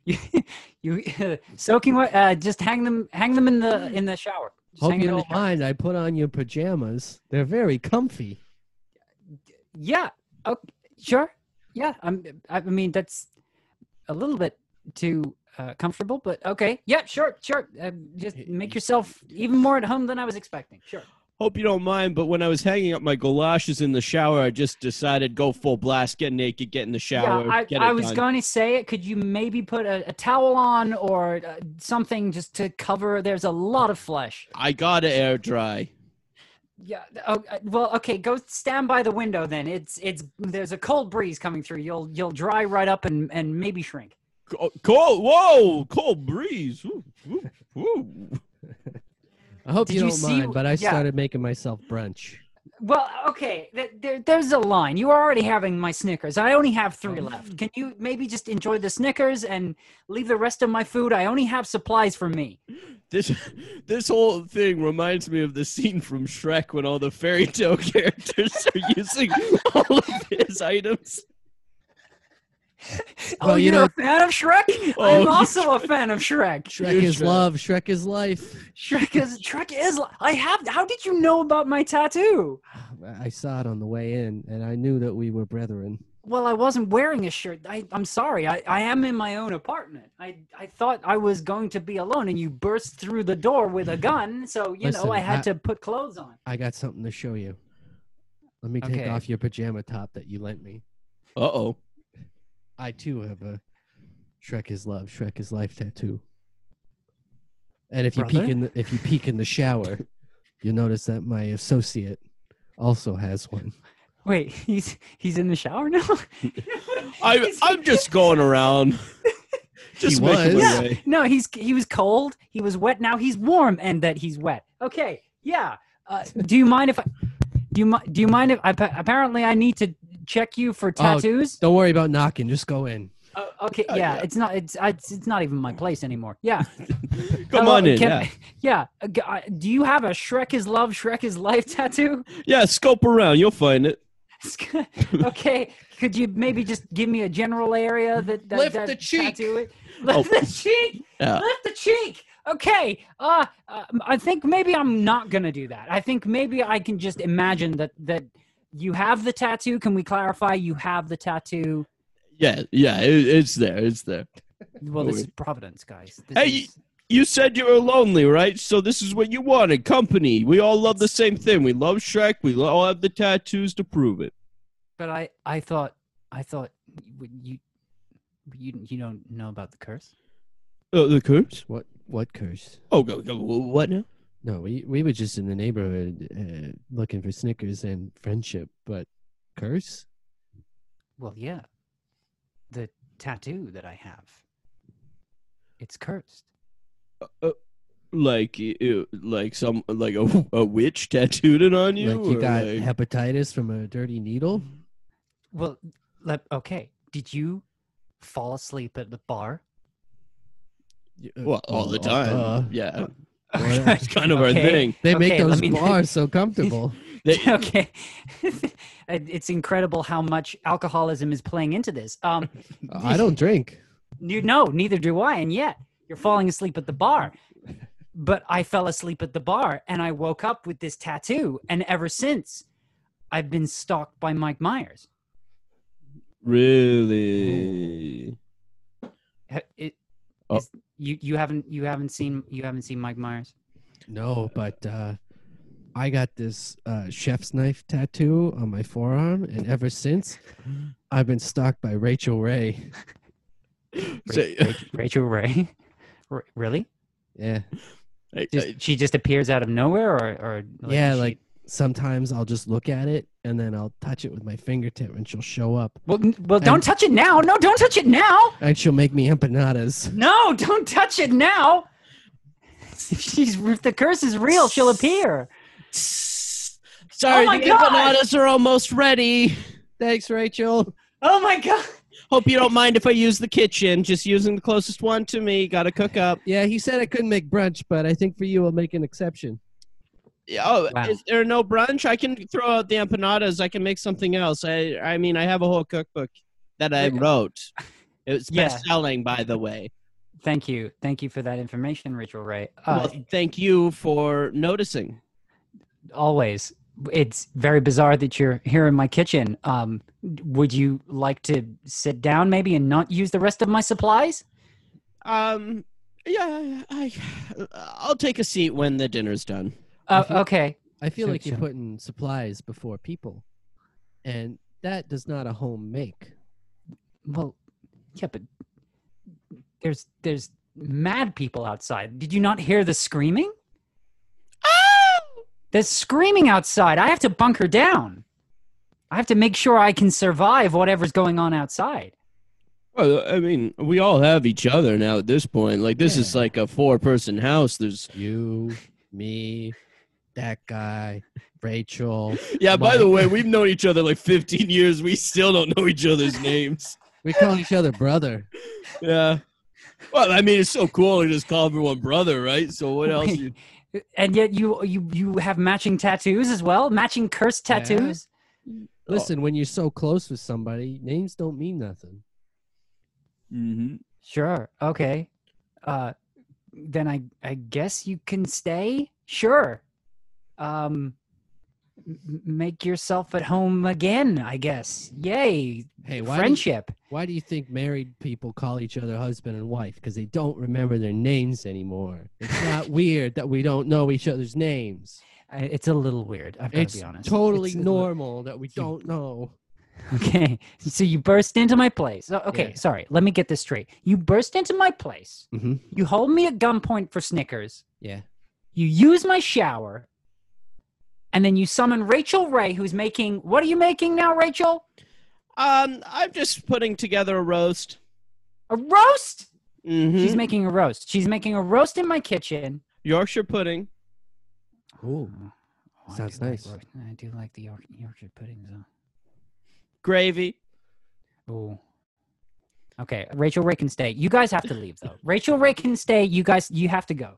C: you, you soaking wet. Uh, just hang them, hang them in the in the shower. Just
A: Hope
C: hang
A: you
C: them in the
A: don't
C: shower.
A: mind. I put on your pajamas. They're very comfy.
C: Yeah. Okay. Sure. Yeah. I'm. I mean, that's a little bit too uh, comfortable, but okay. Yeah. Sure. Sure. Uh, just make yourself even more at home than I was expecting. Sure.
B: Hope you don't mind, but when I was hanging up my galoshes in the shower, I just decided go full blast, get naked, get in the shower.
C: yeah. I,
B: get it
C: I was
B: done.
C: going to say it. Could you maybe put a, a towel on or uh, something just to cover? There's a lot of flesh.
B: I got to air dry.
C: Yeah. Oh, uh, well, okay. Go stand by the window then. It's it's there's a cold breeze coming through. You'll you'll dry right up and and maybe shrink.
B: Co- Cold, whoa, cold breeze. Ooh, ooh, ooh.
A: I hope
C: Did
A: you
C: you
A: don't
C: see-
A: mind, but I
C: yeah.
A: started making myself brunch.
C: Well, okay. th- There, there's a line. You are already having my Snickers. I only have
A: Mm-hmm.
C: three left. Can you maybe just enjoy the Snickers and leave the rest of my food? I only have supplies for me.
B: This this whole thing reminds me of the scene from Shrek when all the fairy tale characters are using all of his items.
A: Well,
C: oh,
A: you
C: you're
A: know-
C: a fan of Shrek?
B: Oh,
C: I'm also a fan of Shrek.
A: Shrek
B: You're
A: is
B: Shrek.
A: love. Shrek is life.
C: Shrek is Shrek is. li- I have. How did you know about my tattoo?
A: I saw it on the way in, and I knew that we were brethren.
C: Well, I wasn't wearing a shirt. I, I'm sorry. I, I am in my own apartment. I, I thought I was going to be alone, and you burst through the door with a gun. So you
A: Listen,
C: know I had
A: I-
C: to put clothes on.
A: I got something to show you. Let me take
C: Okay.
A: off your pajama top that you lent me.
B: Uh oh.
A: I too have a Shrek is love, Shrek is life tattoo. And if you peek
C: Brother?
A: in the if you peek in the shower, you'll notice that my associate also has one.
C: Wait, he's he's in the shower now.
B: I
C: He's-
B: I'm just going around. Just
A: He
B: making
A: was.
B: my
A: Yeah.
B: way.
C: no, he's he was cold. He was wet. Now he's warm, and that he's wet. Okay, yeah. Uh, do you mind if I? Do you mi- do you mind if I? Apparently, I need to check you for tattoos.
A: Don't worry about knocking, just go in.
C: Oh, okay,
B: Oh,
C: yeah,
B: yeah.
C: it's not it's, it's it's not even my place anymore. Yeah,
B: Come
C: Hello,
B: on in.
C: Oh, can-
B: yeah.
C: yeah. uh, g- uh, Do you have a Shrek is love, Shrek is life tattoo?
B: yeah, scope around. You'll find it.
C: okay, could you maybe just give me a general area that, that
A: Lift
C: that
A: the cheek.
C: tattoo it? Lift
B: Oh.
C: the cheek.
B: Yeah.
C: Lift the cheek. Okay, uh, uh, I think maybe I'm not gonna do that. I think maybe I can just imagine that that you have the tattoo. Can we clarify? You have the tattoo.
B: Yeah, yeah, it, it's there. It's there.
C: Well, this
B: Okay.
C: is Providence, guys. This
B: Hey,
C: is-
B: you- You said you were lonely, right? So this is what you wanted, company. We all love the same thing. We love Shrek. We lo- all have the tattoos to prove it.
C: But I, I thought, I thought you, you, you, you don't know about the curse.
B: Uh, the curse?
A: What what curse?
B: Oh, go, go, what now?
A: No, we we were just in the neighborhood uh, looking for Snickers and friendship, but curse?
C: Well, yeah, the tattoo that I have, it's cursed.
B: Uh, Like, i- i- like some, like a, a witch tattooed it on you.
A: like you
B: or
A: got
B: like-
A: hepatitis from a dirty needle?
C: Well, let, okay. Did you fall asleep at the bar?
A: You- uh,
B: well, all the
A: uh,
B: time.
A: uh,
B: yeah,
A: Well,
B: that's kind of
C: okay.
B: our thing.
A: they make
C: Okay, let
A: those
C: me-
A: bars so comfortable.
B: They-
C: okay, It- it's incredible how much alcoholism is playing into this. Um,
A: I don't drink.
C: you no, neither do I, and yet you're falling asleep at the bar. But I fell asleep at the bar and I woke up with this tattoo, and ever since I've been stalked by Mike Myers.
B: really?
C: Ha- It,
B: Oh.
C: is- you you haven't you haven't seen you haven't seen Mike Myers.
A: No, but uh, I got this uh, chef's knife tattoo on my forearm, and ever since, I've been stalked by Rachel Ray.
B: Say-
C: Rachel, Rachel Ray, R- really?
A: Yeah,
B: I- I-
C: Just, she just appears out of nowhere, or or
A: yeah.
C: is she-
A: Like sometimes I'll just look at it, and then I'll touch it with my fingertip, and she'll show up,
C: well, n- well, don't
A: and-
C: touch it now. No, don't touch it now.
A: and she'll make me empanadas.
C: No, don't touch it now. If she's if the curse is real, she'll appear.
B: Sorry,
C: Oh my
B: the
C: God.
B: empanadas are almost ready.
A: Thanks, Rachel.
C: Oh my god.
B: Hope you don't mind if I use the kitchen. Just using the closest one to me. Got to cook up.
A: Yeah, he said I couldn't make brunch, but I think for you, I'll make an exception.
B: Yeah, Oh,
C: Wow.
B: is there no brunch? I can throw out the empanadas. I can make something else. I, I mean, I have a whole cookbook that I
C: Yeah.
B: wrote. It's
C: Yeah.
B: best selling, by the way.
C: Thank you. Thank you for that information, Rachel Ray. Uh,
B: Well, thank you for noticing.
C: always. It's very bizarre that you're here in my kitchen. Um, would you like to sit down maybe and not use the rest of my supplies?
B: Um, yeah, I, I'll take a seat when the dinner's done.
C: Uh,
A: Mhm.
C: okay.
A: I feel
C: So
A: like you're
C: Jim-
A: putting supplies before people, and that does not a home make.
C: Well, yeah, but there's there's mad people outside. Did you not hear the screaming? There's screaming outside. I have to bunker down. I have to make sure I can survive whatever's going on outside.
B: Well, I mean, we all have each other now at this point. Like this is
A: Yeah.
B: like a four-person house. There's
A: You, me, that guy, Rachel.
B: yeah. By the
A: Mike.
B: way, we've known each other like 15 years. We still don't know each other's names.
A: We call each other brother.
C: Oh.
B: Yeah. Well, I mean, it's so cool to just call everyone brother, right? So what else? You,
C: And yet you you you have matching tattoos as well, matching cursed
A: Yeah.
C: tattoos.
A: Listen, when you're so close with somebody, names don't mean nothing.
B: mm-hmm.
C: Sure. Okay. Uh then I I guess you can stay. Sure. Um m- make yourself at home again, I guess. Yay.
A: Hey, why do, you,
C: Friendship.
A: why do you think married people call each other husband and wife? Because they don't remember their names anymore. It's not weird that we don't know each other's names.
C: I- It's a little weird. I've got to
A: It's
C: be honest.
A: totally
C: It's a little-
A: normal that we don't know.
C: Okay. So you burst into my place. Oh, okay.
A: Yeah.
C: Sorry. Let me get this straight. You burst into my place.
A: Mhm.
C: You hold me at gunpoint for Snickers.
A: Yeah.
C: You use my shower. And then you summon Rachel Ray, who's making. What are you making now, Rachel?
B: Um, I'm just putting together a roast.
C: A roast?
B: Mm-hmm.
C: She's making a roast. She's making a roast in my kitchen.
B: Yorkshire pudding.
A: Ooh.
C: Oh, I
A: Sounds
C: do like
A: nice.
C: roast- I do like the York- Yorkshire puddings, though.
B: gravy.
C: Ooh. Okay, Rachel Ray can stay. You guys have to leave though. Rachel Ray can stay. You guys, you have to go.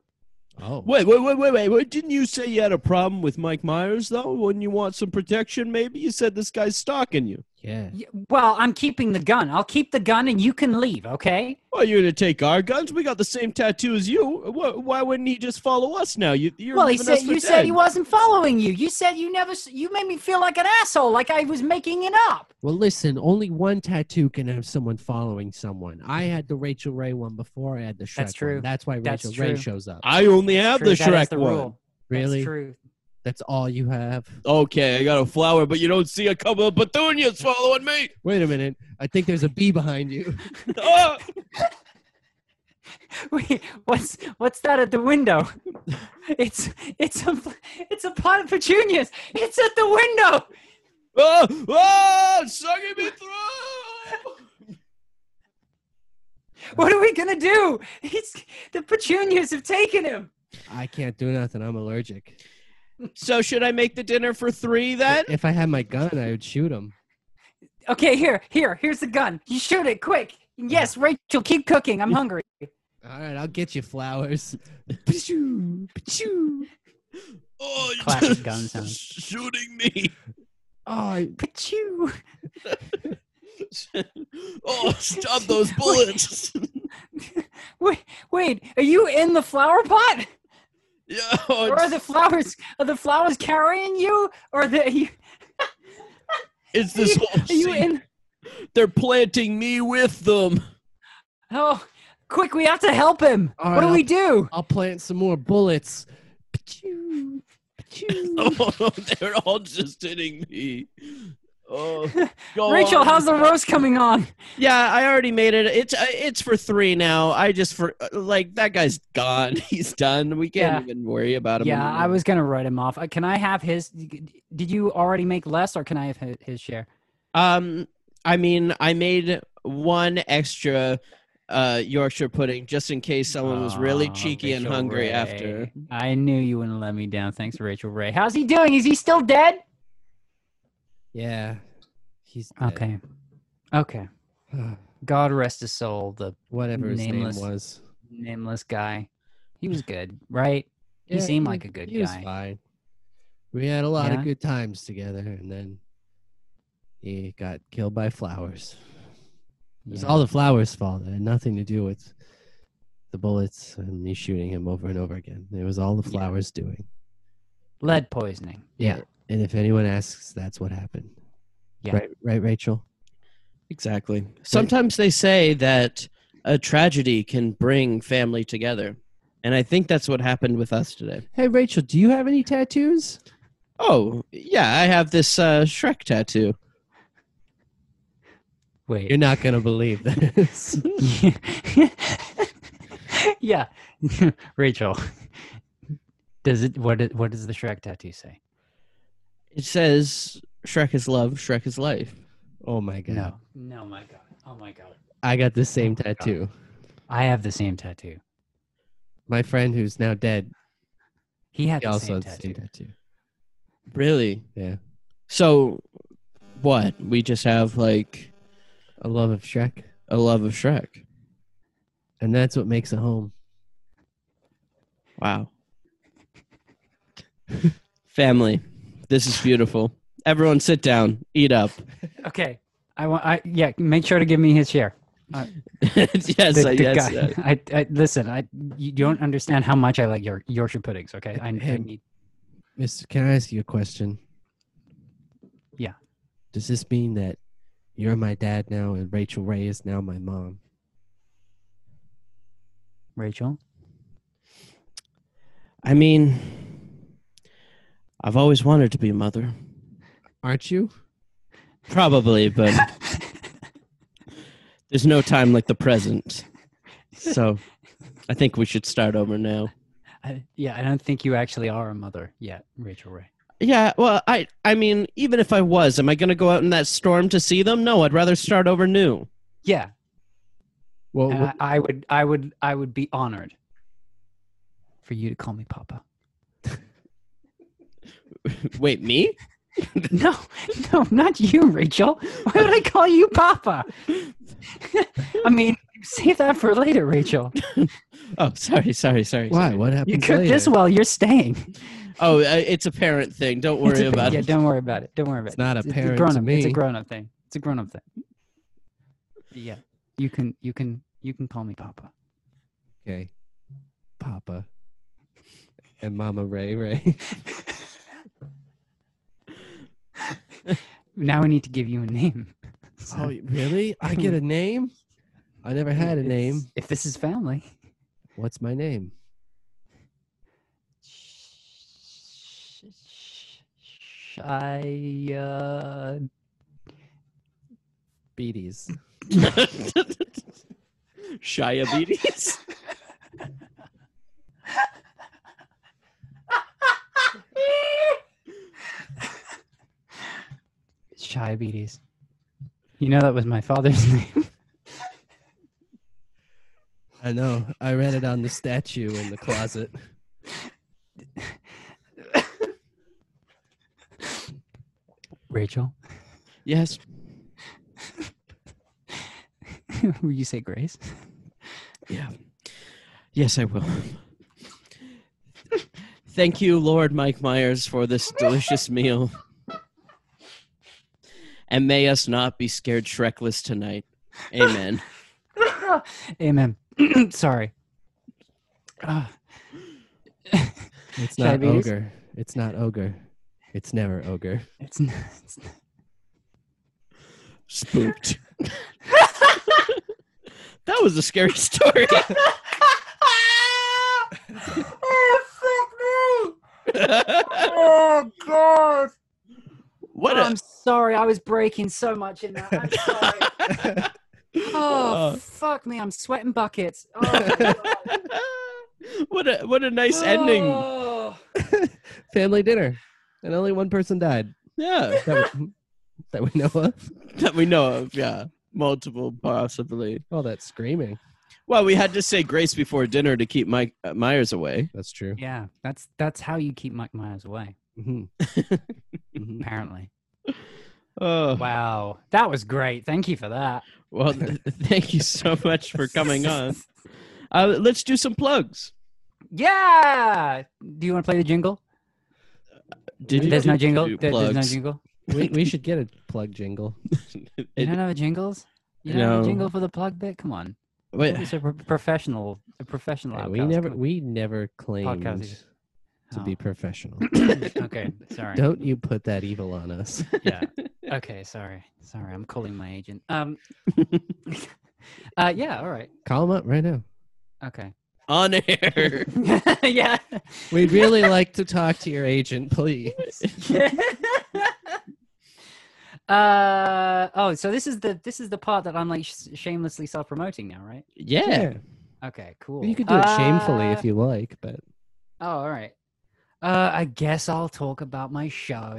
A: Oh.
B: Wait, wait, wait, wait, wait, wait. Didn't you say you had a problem with Mike Myers, though? Wouldn't you want some protection, maybe? You said this guy's stalking you.
A: Yeah.
C: Y- Well, I'm keeping the gun. I'll keep the gun, and you can leave. Okay?
B: Well, you're going to take our guns? We got the same tattoo as you. Why, why wouldn't he just follow us now? You, you're
C: well, he
B: leaving
C: said
B: us for
C: you said he
B: dead.
C: wasn't following you. You said you never. s- You made me feel like an asshole, like I was making it up.
A: Well, listen, only one tattoo can have someone following someone. I had the Rachel Ray one before I had the Shrek
C: That's true.
A: one. That's why
C: That's
A: Rachel Ray
C: true.
A: shows up.
B: I only have
C: True,
B: the
C: that is
B: Shrek one.
C: rule.
A: really?
C: That's true.
A: That's all you have?
B: Okay, I got a flower, but you don't see a couple of petunias following me.
A: Wait a minute. I think there's a bee behind you.
B: Ah!
C: Wait, what's what's that at the window? It's it's a it's a pot of petunias. It's at the window.
B: Ah! Ah! It's Sucking me through!
C: What are we gonna do? He's the petunias have taken him.
A: I can't do nothing. I'm allergic.
B: So, should I make the dinner for three then?
A: If I had my gun, I would shoot him.
C: Okay, here, here, here's the gun. You shoot it quick. Yes, Rachel, keep cooking. I'm hungry.
A: All right, I'll get you flowers.
B: Pshoo, pshoo. Oh, you're
C: Classic
B: just
C: gun sound.
B: Shooting me.
A: Oh, I-
C: Pachoo.
B: oh, stop those bullets.
C: Wait, wait, are you in the flower pot?
B: yeah, oh,
C: Or are the flowers are the flowers carrying you? Or the, are you,
B: it's this whole
C: are you
B: scene.
C: in
B: They're planting me with them.
C: Oh quick, we have to help him.
A: All
C: what
A: right,
C: do we do?
A: I'll plant some more bullets.
C: Pachoo. Pachoo.
B: Oh, they're all just hitting me. Oh, go
C: Rachel,
B: on.
C: how's the roast coming on?
B: Yeah, I already made it. It's uh, it's for three now. I just for uh, like that guy's gone. He's done. We can't
C: Yeah.
B: even worry about him.
C: Yeah, I
B: anymore.
C: was gonna write him off. Uh, Can I have his? Did you already make less, or can I have hi- his share?
B: Um, I mean, I made one extra uh Yorkshire pudding just in case someone was really
C: Aw,
B: cheeky and
C: Ah, Rachel
B: hungry
C: Ray.
B: after.
C: I knew you wouldn't let me down. Thanks, Rachel Ray. How's he doing? Is he still dead?
A: Yeah. He's dead.
C: Okay, okay. God rest his soul. The
A: Whatever his
C: Nameless.
A: name was.
C: nameless guy. He was good, right? He
A: Yeah,
C: seemed like a good
A: he was
C: guy.
A: fine. We had a lot
C: Yeah?
A: of good times together, and then he got killed by flowers. It was
C: Yeah.
A: all the flowers' fault. It had nothing to do with the bullets and me shooting him over and over again. It was all the
C: Yeah.
A: flowers doing.
C: Lead poisoning.
A: Yeah. And if anyone asks, that's what happened.
C: Yeah.
A: Right, right, Rachel?
B: Exactly. Sometimes they say that a tragedy can bring family together. And I think that's what happened with us today.
A: Hey, Rachel, do you have any tattoos?
B: Oh, yeah, I have this uh, Shrek tattoo.
A: You're
C: Wait.
A: not going to believe this.
C: yeah, Rachel. Does it? What? it- What does the Shrek tattoo say?
B: It says Shrek is love, Shrek is life.
A: Oh my god.
C: No. No, my God. Oh my God.
A: I got the
C: Oh
A: same
C: my God.
A: tattoo.
C: I have the same tattoo.
A: My friend who's now dead,
C: He had
A: he
C: the
A: also
C: same
A: had the
C: tattoo.
A: same tattoo.
B: Really?
A: Yeah.
B: So, what? We just have like
A: A love of Shrek.
B: a love of Shrek.
A: And that's what makes a home.
B: Wow. Family, this is beautiful. Everyone, sit down, eat up.
C: Okay. I want. I yeah. Make sure to give me his share.
B: yes,
C: The-
B: I-
C: the
B: yes.
C: guy-
B: yes.
C: I, I listen. I you don't understand how much I like your Yorkshire puddings. Okay. I, I
A: Hey.
C: need.
A: Mister, can I ask you a question?
C: Yeah.
A: Does this mean that you're my dad now and Rachel Ray is now my mom?
C: Rachel.
B: I mean, I've always wanted to be a mother.
A: Aren't you?
B: Probably, but there's no time like the present. So I think we should start over now.
C: I, yeah. I don't think you actually are a mother yet, Rachel Ray.
B: Yeah, well, I I mean, even if I was, am I going to go out in that storm to see them? No, I'd rather start over new.
C: Yeah.
A: Well,
C: and
A: what-
C: I, I would. I would. I would be honored for you to call me Papa.
B: Wait, me?
C: No, no, not you, Rachel. Why would I call you Papa? I mean, save that for later, Rachel.
B: Oh, sorry, sorry, sorry.
A: why?
B: sorry.
A: What happened?
C: You cook this while you're staying.
B: Oh, uh, it's a parent thing. Don't
C: It's
B: worry
C: a-
B: about
C: yeah,
B: it.
C: don't worry about it. Don't worry about
A: It's
C: it.
A: not apparent to
C: a grown up. It's a
A: me.
C: grown up thing. It's a grown up thing. Yeah, you can, you can, you can call me Papa.
A: Okay. Papa. And Mama Ray Ray.
C: Now I need to give you a name. So,
A: oh, really? I get a name? I never had a
C: it's-
A: name.
C: If this is family,
A: What's my name?
C: I uh,
A: Beaties.
B: Diabetes.
C: Diabetes. You know that was my father's name.
A: I know. I read it on the statue in the closet.
C: Rachel.
B: Yes.
C: Will you say Grace?
B: Yeah. Yes, I will. Thank you, Lord Mike Myers, for this delicious meal. And may us not be scared shrekless tonight. Amen.
C: Amen. Sorry. Ah,
A: It's not
C: Diabetes?
A: ogre. It's not ogre. It's never ogre.
C: it's, n- it's n-
B: Spooked. that was a scary story.
C: Oh God!
B: what
C: I'm sorry. I was breaking so much in that. I'm sorry.
B: a
C: Oh
B: Oh.
C: fuck me! I'm sweating buckets. Oh,
B: Um,
C: my God.
B: What a what a nice ending.
C: Oh.
A: Family dinner. And only one person died
B: Yeah.
A: that we, that we know of.
B: that we know of. Yeah, multiple possibly.
A: All that Oh, screaming.
B: Well, we had to say grace before dinner to keep Mike uh, Myers away.
A: That's true.
C: Yeah, that's that's how you keep Mike Myers away.
A: hmm hmm
C: Apparently.
B: Oh, wow.
C: Wow, that was great. Thank you for that.
B: well, th- thank you so much for coming on. Uh, let's do some plugs.
C: yeah. Do you want to play the jingle?
B: Did
C: There's no jingle.
B: do
C: There- there's no
B: plugs?
C: jingle.
A: We, we should get a plug jingle.
C: You don't
B: It-
C: have a jingles? You don't have a
B: No.
C: jingle for the plug bit? Come on.
B: wait,
C: It's a pro- professional, a professional.
A: Yeah, we
C: outcast.
A: never
C: Come
A: we never claimed
C: is-
A: to
C: on.
A: be professional.
C: Oh, okay, sorry.
A: Don't you put that evil on us.
C: yeah. Okay, sorry. Sorry, I'm calling my agent. Um. uh, yeah. All right.
A: Call him up right now.
C: Okay.
B: on air.
C: yeah.
A: We'd really like to talk to your agent, please.
C: uh oh so this is the this is the part that i'm like sh- shamelessly self-promoting now right
B: Yeah.
C: okay cool Uh,
A: You could do it shamefully if you like, but
C: oh all right Uh, I guess I'll talk about my show.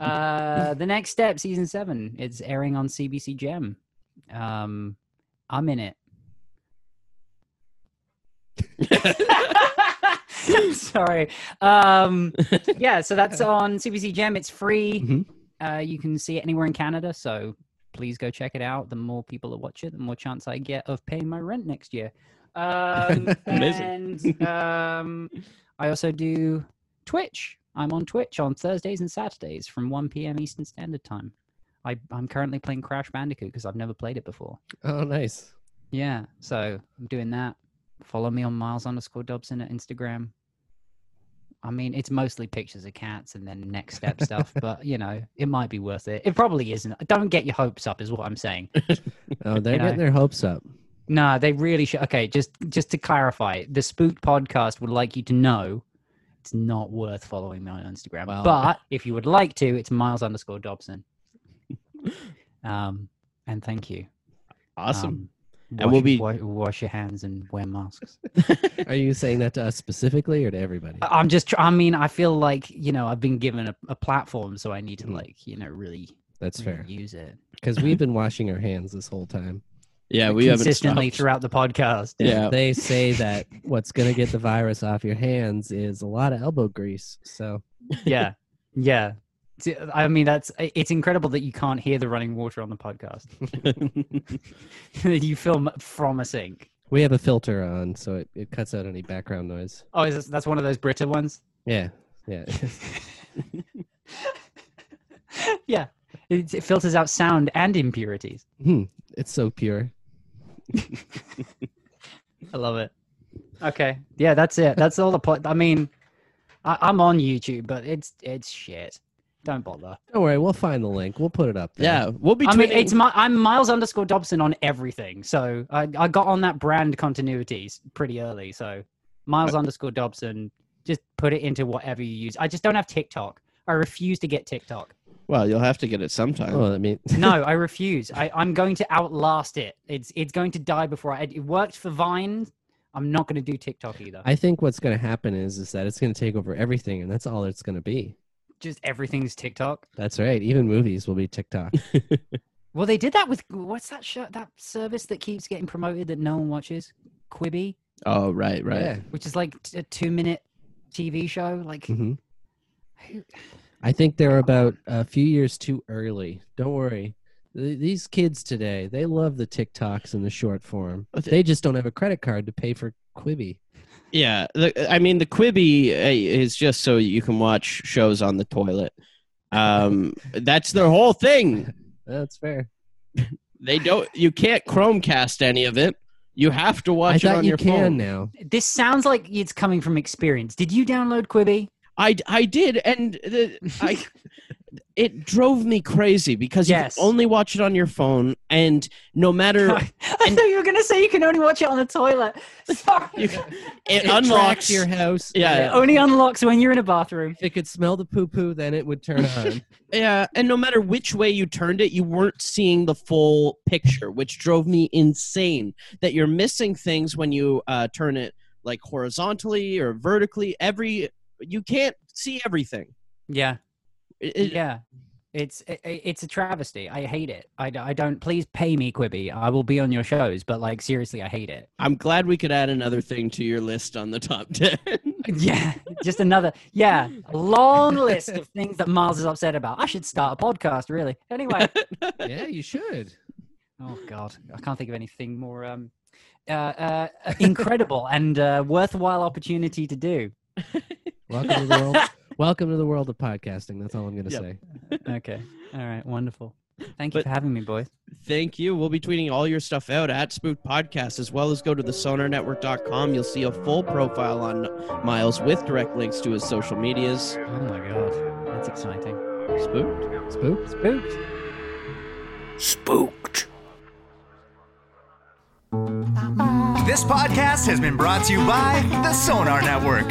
C: uh, the next step, season seven. It's airing on CBC Gem. Um, I'm in it. Sorry. Um, yeah, so that's on CBC Gem. It's free.
A: Mhm.
C: Uh, you can see it anywhere in Canada. So please go check it out. The more people that watch it, the more chance I get of paying my rent next year. Um,
B: Amazing.
C: And um, I also do Twitch. I'm on Twitch on Thursdays and Saturdays from 1 p.m. Eastern Standard Time. I, I'm currently playing Crash Bandicoot because I've never played it before.
A: Oh, nice.
C: Yeah, so I'm doing that. Follow me on Miles underscore Dobson at Instagram. I mean, it's mostly pictures of cats and then next step stuff, but you know, it might be worth it. It probably isn't. Don't get your hopes up, is what I'm saying.
A: Oh, they're
C: You know.
A: getting their hopes up.
C: No, they really should. Okay, just just to clarify, the Spooked podcast would like you to know it's not worth following me on Instagram.
A: Wow.
C: But if you would like to, it's Miles underscore Dobson. Um, and thank you.
B: awesome.
C: Um,
B: And
C: wash-
B: we'll be-
C: wa- wash your hands and wear masks.
A: Are you saying that to us specifically or to everybody?
C: I- I'm just. tr- I mean, I feel like you know I've been given a, a platform, so I need to
B: Mm-hmm.
A: Mhm.
C: like you know really,
A: That's
C: really
A: fair.
C: use it
A: Because we've been washing our hands this whole time.
B: yeah, we haven't
C: consistently
B: stopped.
C: throughout the podcast.
B: Yeah.
A: They say that what's going to get the virus off your hands is a lot of elbow grease. So,
C: yeah, yeah. T- I mean, that's i- it's incredible that you can't hear the running water on the podcast. you film from a sink.
A: we have a filter on, so it, it cuts out any background noise.
C: Oh, is this, that's one of those Brita ones?
A: Yeah. Yeah.
C: yeah, it, it filters out sound and impurities.
A: Hmm, it's so pure.
C: I love it. Okay. Yeah, that's it. That's all the plot. I mean, I, I'm on YouTube, but it's it's shit. Don't bother.
A: Don't worry. We'll find the link. We'll put it up there.
B: yeah, we'll be.
C: I mean,
B: tweeting.
C: it's my I'm Miles underscore Dobson on everything. So I I got on that brand continuities pretty early. So Miles underscore Dobson, just put it into whatever you use. I just don't have TikTok. I refuse to get TikTok.
B: well, you'll have to get it sometime.
A: Oh, I mean,
C: No, I refuse. I, I'm going to outlast it. It's it's going to die before I. It worked for Vine. I'm not going to do TikTok either.
A: I think what's going to happen is is that it's going to take over everything, and that's all it's going to be.
C: just everything's TikTok.
A: That's right. Even movies will be TikTok.
C: Well, they did that with what's that show, that service that keeps getting promoted that no one watches, Quibi,
B: Oh, right, right.
A: Yeah.
C: which is like t- a two-minute TV show. Like,
A: Mhm.
C: who-
A: I think they're about a few years too early. Don't worry. Th- These kids today, they love the TikToks in the short form.
B: Okay.
A: They just don't have a credit card to pay for Quibi.
B: Yeah, the, I mean the Quibi uh, is just so you can watch shows on the toilet. Um, that's their whole thing.
A: That's fair.
B: They don't. You can't Chromecast any of it. You have to watch
A: I
B: it
A: thought
B: on
A: you
B: your
A: can
B: phone.
A: now.
C: this sounds like it's coming from experience. Did you download Quibi?
B: I I did, and the, I it drove me crazy because
C: Yes.
B: you can only watch it on your phone, and no matter
C: I thought you were going to say you can only watch it on the toilet. Sorry,
B: You- it,
A: It tracks
B: unlocks
A: your house.
C: it
B: Yeah,
C: only unlocks when you're in a bathroom.
A: If it could smell the poo poo, then it would turn on.
B: yeah, and no matter which way you turned it, you weren't seeing the full picture, which drove me insane. That you're missing things when you uh, turn it like horizontally or vertically. Every you can't see everything.
C: Yeah,
B: It- it-
C: yeah. It's i- i- it's a travesty. I hate it. I, d- I don't. Please pay me, Quibi. I will be on your shows, but like seriously, I hate it.
B: I'm glad we could add another thing to your list on the top ten.
C: Yeah, just another yeah, a long list of things that Miles is upset about. I should start a podcast, really. Anyway,
A: yeah, you should.
C: oh god, I can't think of anything more um, uh, uh, incredible and uh, worthwhile opportunity to do.
A: Welcome to the world. Welcome to the world of podcasting. That's all I'm going to
B: Yep.
A: say.
C: Okay, all right, wonderful. Thank you
B: But-
C: for having me, boys.
B: Thank you. We'll be tweeting all your stuff out at Spook Podcast, as well as go to the sonarnetwork.com. You'll see a full profile on Miles with direct links to his social medias.
C: Oh my god, that's exciting.
B: Spook.
A: Spook.
C: Spooked.
D: This podcast has been brought to you by the Sonar Network.